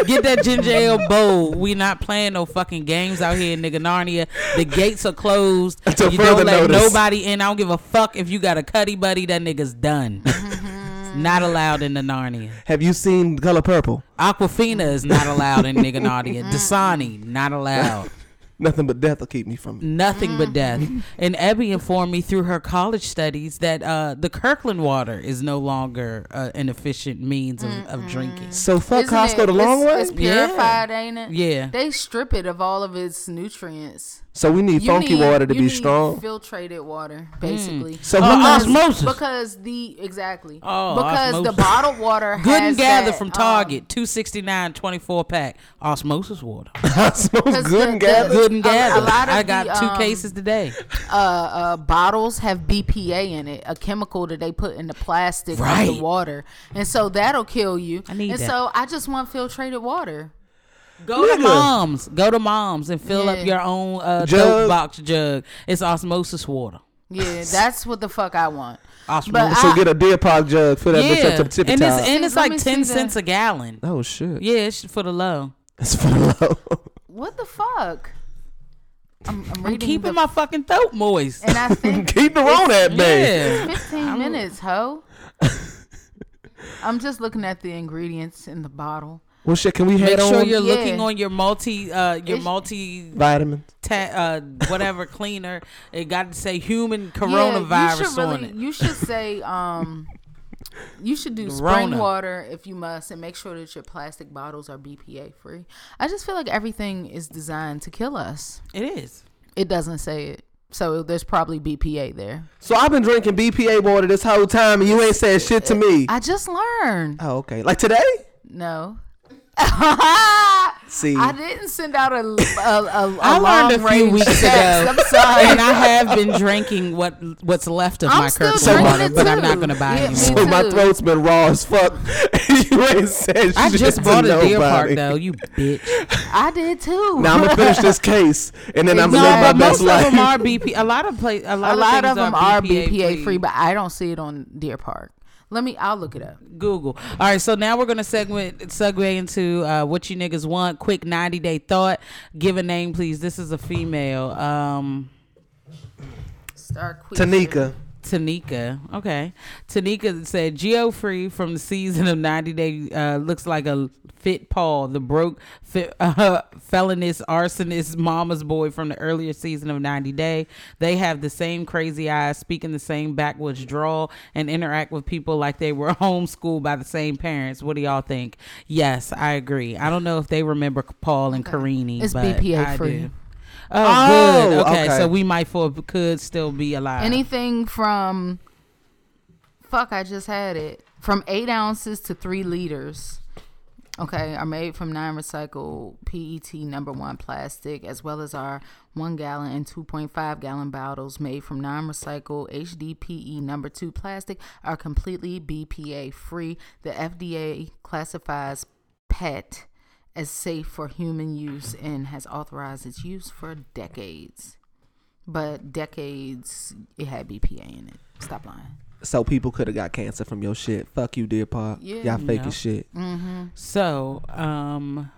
get that ginger ale bowl. We not playing no fucking games out here, in nigga Narnia. The gates are closed.
Until
you
further
don't let
notice.
nobody in. I don't give a fuck if you got a cuddy buddy. That nigga's done.
Mm-hmm.
Not allowed in the Narnia.
Have you seen The Color Purple?
Aquafina is not allowed in nigga
Mm-hmm.
Narnia. Dasani not allowed.
Nothing but death will keep me from it.
Nothing but death.
Mm-hmm.
And Ebby informed me through her college studies that uh, the Kirkland water is no longer uh, an efficient means of, of drinking.
So fuck
Isn't
Costco
it-
the long
it's-
way.
It's purified, ain't it?
Yeah.
They strip it of all of its nutrients.
so we need
You
funky
need-
water to
you
be
need
strong.
Filtrated water, basically.
So
Oh,
who knows-
osmosis.
Because the exactly.
Oh,
because the
osmosis.
bottled water.
Good and
has
gather
that,
from
um,
Target, two sixty nine twenty four pack osmosis water.
Osmosis
'cause
good
the-
and
the-
gather.
Good and
A- a
gather.
lot of
I got
the,
two
um,
cases today.
uh, uh, bottles have BPA in it, a chemical that they put in the plastic of
Right.
the water, and so that'll kill you.
I need
and
that.
so I just want filtrated water.
Go
Nigga.
to moms. Go to moms and fill
Yeah.
up your own uh,
Jug.
dope box jug. It's osmosis water.
Yeah, that's what the fuck I want.
Osmosis.
I-
so get a deer park jug, fill that bitch up
yeah,
to the tippy
and
top.
it's and it's
Let
like
me see
ten
the-
cents a gallon.
oh shit.
Yeah, it's for the low.
It's for the low.
What the fuck? I'm, I'm
I'm
reading
keeping
the-
my fucking throat moist.
and I think
Keep the Rona at bay.
Yeah.
15 minutes, ho. I'm just looking at the ingredients in the bottle.
Well, shit, can we
Make
head
sure
on
you're
Yeah.
looking on your multi, uh, your
It's-
multi
vitamins?
ta- uh, whatever cleaner. It got to say human coronavirus
you should
on it.
You should say, um, you should do spring
Rona.
water if you must, and make sure that your plastic bottles are BPA free. I just feel like everything is designed to kill us.
It is.
It doesn't say it, so there's probably BPA there.
So I've been drinking BPA water this whole time, and you ain't said shit to me.
Uh,
I just learned.
oh, okay. Like today?
No.
See,
I didn't send out a a, a, a
I learned a
long
few
range
weeks ago,
text. I'm sorry.
and I have been drinking what what's left of
I'm
my
still
Kirkland water,
drinking it
but I'm not
too.
going to buy
Yeah,
it
me
anymore.
so my throat's been raw as fuck. you ain't said
I
shit
just
to
bought a deer park
nobody.
though, you bitch.
I did too.
Now I'm gonna finish this case, and then I'm gonna
no,
live
but
my best
most
life.
of them are BP. A lot of play. A lot,
a lot of
things
them are BPA,
free.
free. but I don't see it on Deer Park. Let me. I'll look it up.
Google. All right, so now we're gonna segment segue into uh, what you niggas want. Quick ninety day thought. Give a name, please. This is a female. Um,
Start quick.
Tanika.
Tanika. Okay. Tanika said Geo Free from the season of 90 Day uh, looks like a fit Paul, the broke fit, uh, felonist arsonist mama's boy from the earlier season of 90 Day. They have the same crazy eyes, speak in the same backwoods drawl, and interact with people like they were homeschooled by the same parents. What do y'all think? Yes, I agree. I don't know if they remember Paul and Karini.
It's
but
BPA
I
free.
do. Oh,
Oh,
good. Okay,
okay.
so we might for could still be alive.
Anything from. Fuck! I just had it. From eight ounces to three liters. Okay, are made from nine recycled PET number one plastic, as well as our one gallon and 2.5 gallon bottles made from non recycled HDPE E number two plastic are completely BPA free. The FDA classifies PET as safe for human use and has authorized its use for decades. But decades, it had BPA in it. Stop lying.
So people could have got cancer from your shit. Fuck you, dear Park.
Yeah.
Y'all fake
Yeah.
as shit.
So, um,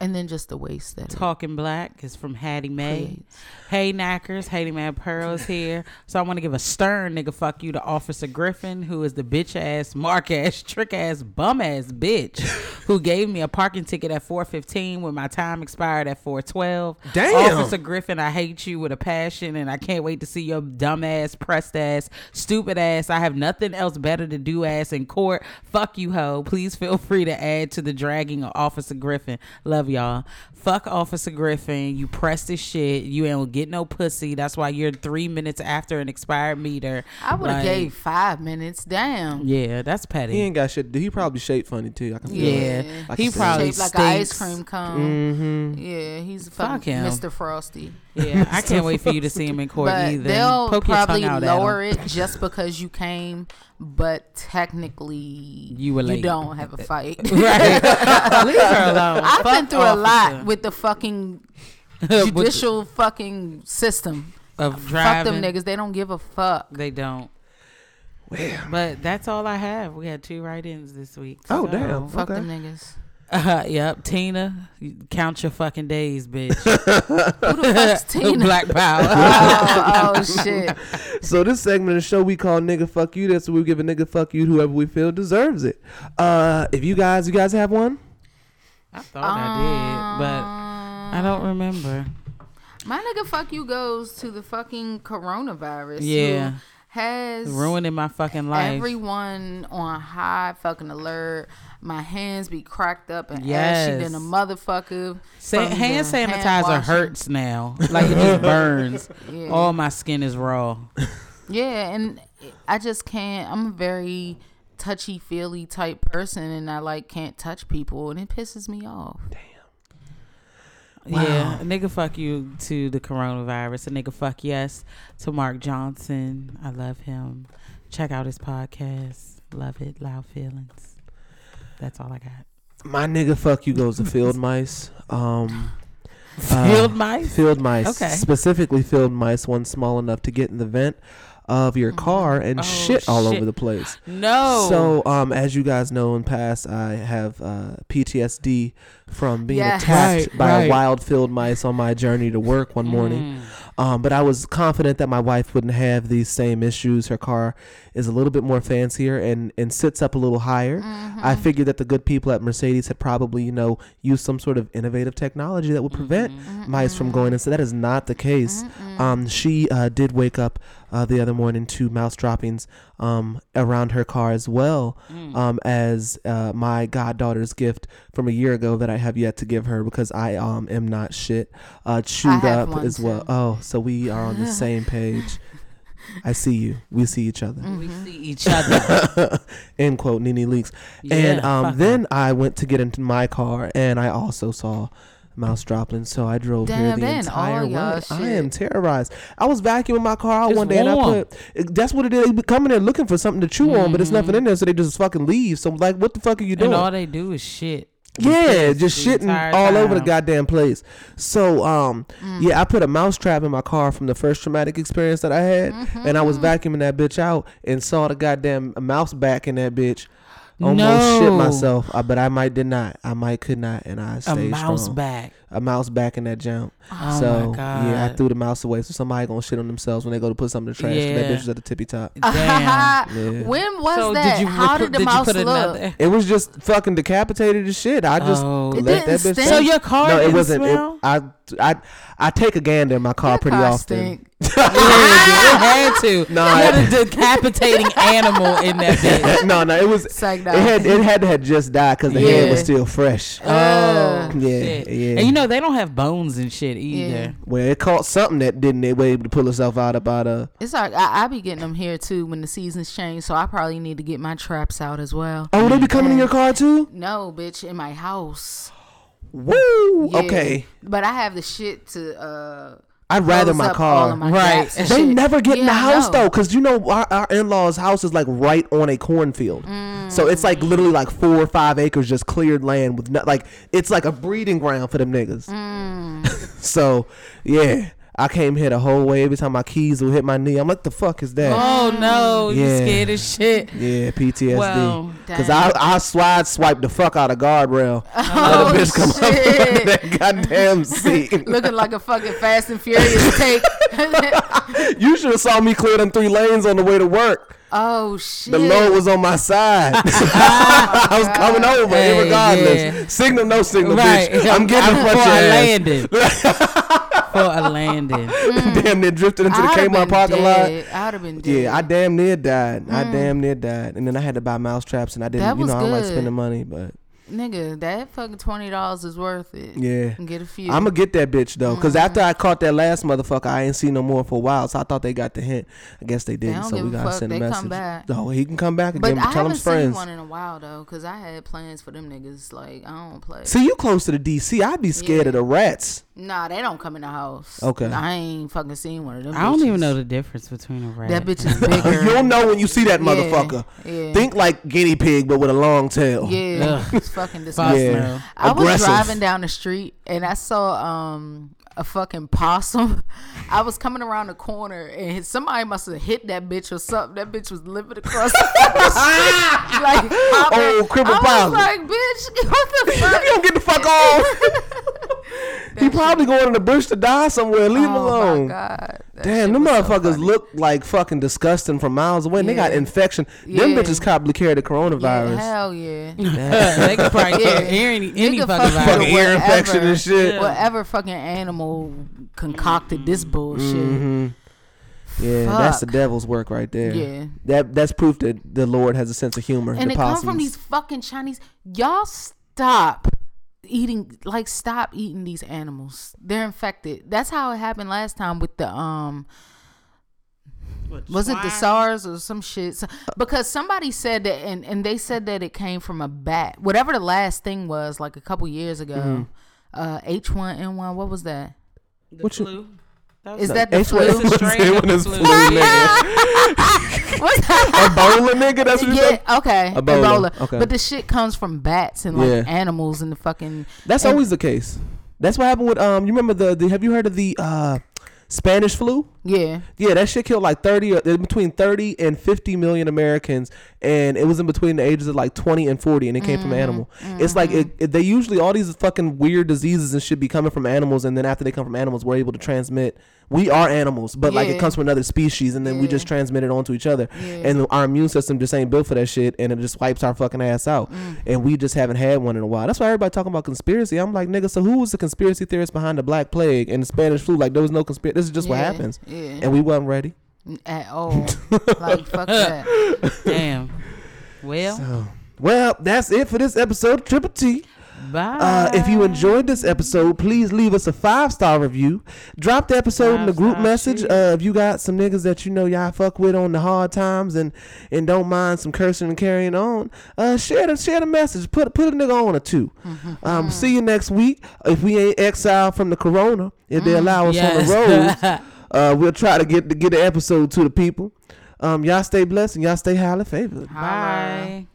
And then just the waste that. it-
Talking Black is from Hattie Mae.
Please.
Hey Knackers, Hattie Mae Pearl is here. So I want to give a stern nigga fuck you to Officer Griffin, who is the bitch ass, mark ass, trick ass, bum ass bitch, who gave me a parking ticket at 4:15 when my time expired at 4:12.
Damn.
Officer Griffin, I hate you with a passion, and I can't wait to see your dumb ass, pressed ass, stupid ass. I have nothing else better to do ass in court. Fuck you, hoe. Please feel free to add to the dragging of Officer Griffin. Love y'all. Fuck Officer Griffin. You pressed as shit. You ain't gonna get no pussy. That's why you're three minutes after an expired meter.
I would have
Like,
gave five minutes. Damn.
Yeah, that's
He
petty.
ain't got shit. to do. He probably shaped funny too. I can feel it.
Mm. Yeah,
Yeah.
I can
he
see
probably
shaped like an ice
stinks.
cream cone. Yeah, he's a
Fuck
fucking
him.
Mr. Frosty.
Yeah, I can't wait for you to see him in court
But
either.
they'll
Poke your tongue
probably
out at him.
lower it just because you came, but technically you
were late.
don't have a fight.
right. Leave her alone.
I've been
Fuck
through a lot
officer.
with the fucking
With-
judicial fucking system.
of driving.
Fuck them niggas. They don't give a fuck.
They don't. But that's all I have. We had two write-ins this week.
Oh, damn.
Fuck
Okay.
them niggas.
Uh, yep, Tina, you- count your fucking days, bitch.
Who the fuck's Tina?
Black power.
Oh, oh shit.
So this segment of the show we call "Nigga Fuck You." That's what we give a nigga fuck you to whoever we feel deserves it. Uh, if you guys, you guys have one.
I thought I did, but I
Um,
don't remember.
My nigga, fuck you goes to the fucking coronavirus. who
Yeah.
has
Ruining my fucking life.
everyone on high fucking alert. My hands be cracked up and ashy
Yes.
than a motherfucker.
Sa-
from
hand
the
sanitizer
washing.
hurts now. Like it just burns.
Yeah.
All my skin is raw.
Yeah, and I just can't. I'm a very touchy feely type person, and I like can't touch people, and it pisses me off.
Yeah, a nigga, fuck you to the coronavirus. A nigga, fuck yes to Mark Johnson. I love him. Check out his podcast. Love it. Loud feelings. That's all I got.
My nigga fuck you goes to field mice. Um, uh,
Field mice.
Field mice.
Okay.
Specifically, field mice. One small enough to get in the vent of your car and
Oh,
shit all
shit.
over the place.
No.
So, um, as you guys know in past, I have uh, PTSD from being
Yes.
attacked
Right,
by
right.
a wild field mice on my journey to work one morning. Um, but I was confident that my wife wouldn't have these same issues. Her car is a little bit more fancier and, and sits up a little higher. I figured that the good people at Mercedes had probably, you know, used some sort of innovative technology that would prevent mice from going in. So that is not the case. Um, she uh, did wake up uh, the other morning to mouse droppings um, around her car as well
Mm.
um, as uh, my goddaughter's gift from a year ago that I have yet to give her because I um, am not shit. Uh, chewed up
have one
as well.
too.
Oh, so we are on the same page. I see you. We see each other.
we see each other.
End quote. Nene leaks. and
Yeah, fuck
um, then I went to get into my car, and I also saw mouse droplings. So I drove here
Damn,
the
they in
entire
all y'all
way. I am
shit.
terrorized. I was vacuuming my car out
It's
one day and
warm.
I put. it- That's what it is. They be coming there looking for something to chew on, but it's nothing in there, so they just fucking leave. So I'm like, what the fuck are you doing?
Mm-hmm. And all they do is shit.
Yeah,
Piss
just
the
shitting
entire
all over the
time.
goddamn place. So, um,
Mm.
yeah, I put a mouse trap in my car from the first traumatic experience that I had, and I was
Mm-hmm.
vacuuming that bitch out and saw the goddamn mouse back in that bitch. Almost shit
No.
myself, uh, but I might did not. I might could not, and I stayed
mouse
strong.
back.
A mouse back in that jump.
Oh
so
my
yeah, I
God.
threw the mouse away. So somebody gonna shit on themselves when they go to put something in the trash. 'cause That bitch
Yeah.
was at the tippy top.
Damn.
Yeah.
When was
So did
that?
you
How
recruit-
did the
did you
mouse
put
look?
another-
It was just fucking decapitated as shit. I just
Oh. It
let that
didn't
bitch.
stink?
go.
So your car
No, it
didn't
wasn't. It-
smell?
I I I take a gander in my car pretty
car
often.
it had to.
No,
you
it-
had a decapitating animal in that bitch.
no, no, it was. It had it had to have just died because the
Yeah.
head was still fresh.
Oh,
yeah,
shit.
yeah.
And you know they don't have bones and shit either.
well, it caught something that didn't. It was able to pull itself out about a.
It's like I, I be getting them here too when the seasons change, so I probably need to get my traps out as well.
Oh, they be coming in your car too.
No, bitch, in my house.
Woo.
Yeah.
Okay.
But I have the shit to. uh
I'd rather
close
my
up all
car.
of my traps and
They
shit.
never get in the
Yeah, I
house
know.
though, because you know our, our in-laws' house is like right on a cornfield,
Mm.
so it's like literally like four or five acres just cleared land with not like it's like a breeding ground for them niggas.
Mm.
so yeah, I came here the whole way. Every time my keys will hit my knee, I'm like, the fuck is that?
Oh no, you
Yeah.
scared as shit.
Yeah, PTSD.
Well,
Cause I I slide swipe the fuck out of guardrail.
Oh,
Let a bitch come up under that goddamn seat.
Looking like a fucking Fast and Furious take.
You should have saw me clear them three lanes on the way to work.
Oh shit!
The load was on my side.
Ah.
I was coming over,
Hey,
irregardless.
yeah.
Signal, no signal,
Right.
bitch. I'm getting in
Before
front of your
I
ass.
landed. For a landing.
damn near drifted into the
I'd have
Kmart
been
parking
dead.
lot.
I'd have been dead.
Yeah, I damn near died. I
Mm.
damn near died. And then I had to buy mouse traps, and I didn't.
That
You
was
know, I don't like
good.
spending money, but
Nigga, that fucking twenty dollars is worth it.
yeah.
And get a few.
I'm gonna get that bitch though, because after
Mm-hmm.
I caught that last motherfucker, I ain't seen no more for a while. So I thought they got the hint. I guess they didn't.
don't
so
give
we
a
gotta
fuck.
send a
They come
message.
back.
No, he can come back
But
again.
I
But tell
haven't
him
seen
friends.
one in a while though, cause I had plans for them niggas. Like I don't play.
See, you close to the DC. I'd be scared of the rats.
Nah, they don't come in the house.
Okay.
I ain't fucking seen one of them.
I don't even
bitches.
know the difference between a rat.
That bitch is bigger.
You'll know when you see that
Yeah,
motherfucker.
yeah.
Think like guinea pig, but with a long tail.
Yeah,
Ugh.
it's fucking disgusting.
Yeah.
I was
Aggressive.
driving down the street and I saw um a fucking possum. I was coming around the corner and somebody must have hit that bitch or something. That bitch was limping across the
Ah,
street, like hopping.
Oh, crippled
I
possum.
was like, bitch, what the
you
fuck?
don't get the fuck off. he probably going in the bush to die somewhere. Leave
Oh,
him alone. Damn, them motherfuckers look like fucking disgusting from miles away. and They got
Yeah.
infection. Them
Yeah.
bitches probably carry the coronavirus.
Hell yeah.
they could probably get any, any
Nigga
fucking
fuck
virus.
Fucking ear infection and shit.
Whatever fucking animal concocted this bullshit.
Mhm. Yeah, that's the
Fuck.
devil's work right there.
Yeah.
that that's proof that the Lord has a sense of humor.
and
the
it comes from
possums.
these fucking Chinese. Y'all stop eating, like stop eating these animals. They're infected. That's how it happened last time with the um. was it the SARS or some shit? So- because somebody said that, and, and they said that it came from a bat. Whatever the last thing was, like a couple years ago,
Mhm.
uh, H1N1. What was that?
What you-
Is
No,
that the
H1N1
flu?
is when it's flu, nigga.
What's that?
Ebola, nigga. That's what you said.
yeah, okay.
Ebola,
Ebola.
okay.
But the shit comes from bats and like
Yeah.
animals and the fucking.
That's
and-
always the case. That's what happened with um. You remember the, the Have you heard of the uh, Spanish flu?
Yeah.
Yeah, that shit killed like thirty, uh, between thirty and fifty million Americans, and it was in between the ages of like twenty and forty, and it came from animal. It's like it, it- they usually all these fucking weird diseases and shit be coming from animals, and then after they come from animals, we're able to transmit. We are animals, but like it
Yeah.
comes from another species, and then we just transmit it onto each other, and our immune system just ain't built for that shit, and it just wipes our fucking ass out, and we just haven't had one in a while. That's why everybody talking about conspiracy. I'm like, nigga, so who was the conspiracy theorist behind the Black Plague and the Spanish flu? Like there was no conspiracy. This is just what
Yeah,
happens,
yeah.
and we wasn't ready.
At all. like, fuck that.
Damn. Well,
Well, that's it for this episode of Triple T.
Bye.
Uh, if
Ah.
you enjoyed this episode, please leave us a five star review. Drop the episode in the group message. Uh, if you got some niggas that you know y'all fuck with on the hard times and and don't mind some cursing and carrying on, uh, share the share the message. Put put a nigga on or two.
Mm-hmm.
Um, see you next week. If we ain't exiled from the corona, if
Mm,
they allow us on
yes.
the roads, uh, we'll try to get to get the episode to the people. Um, y'all stay blessed and y'all stay highly favored.
Bye.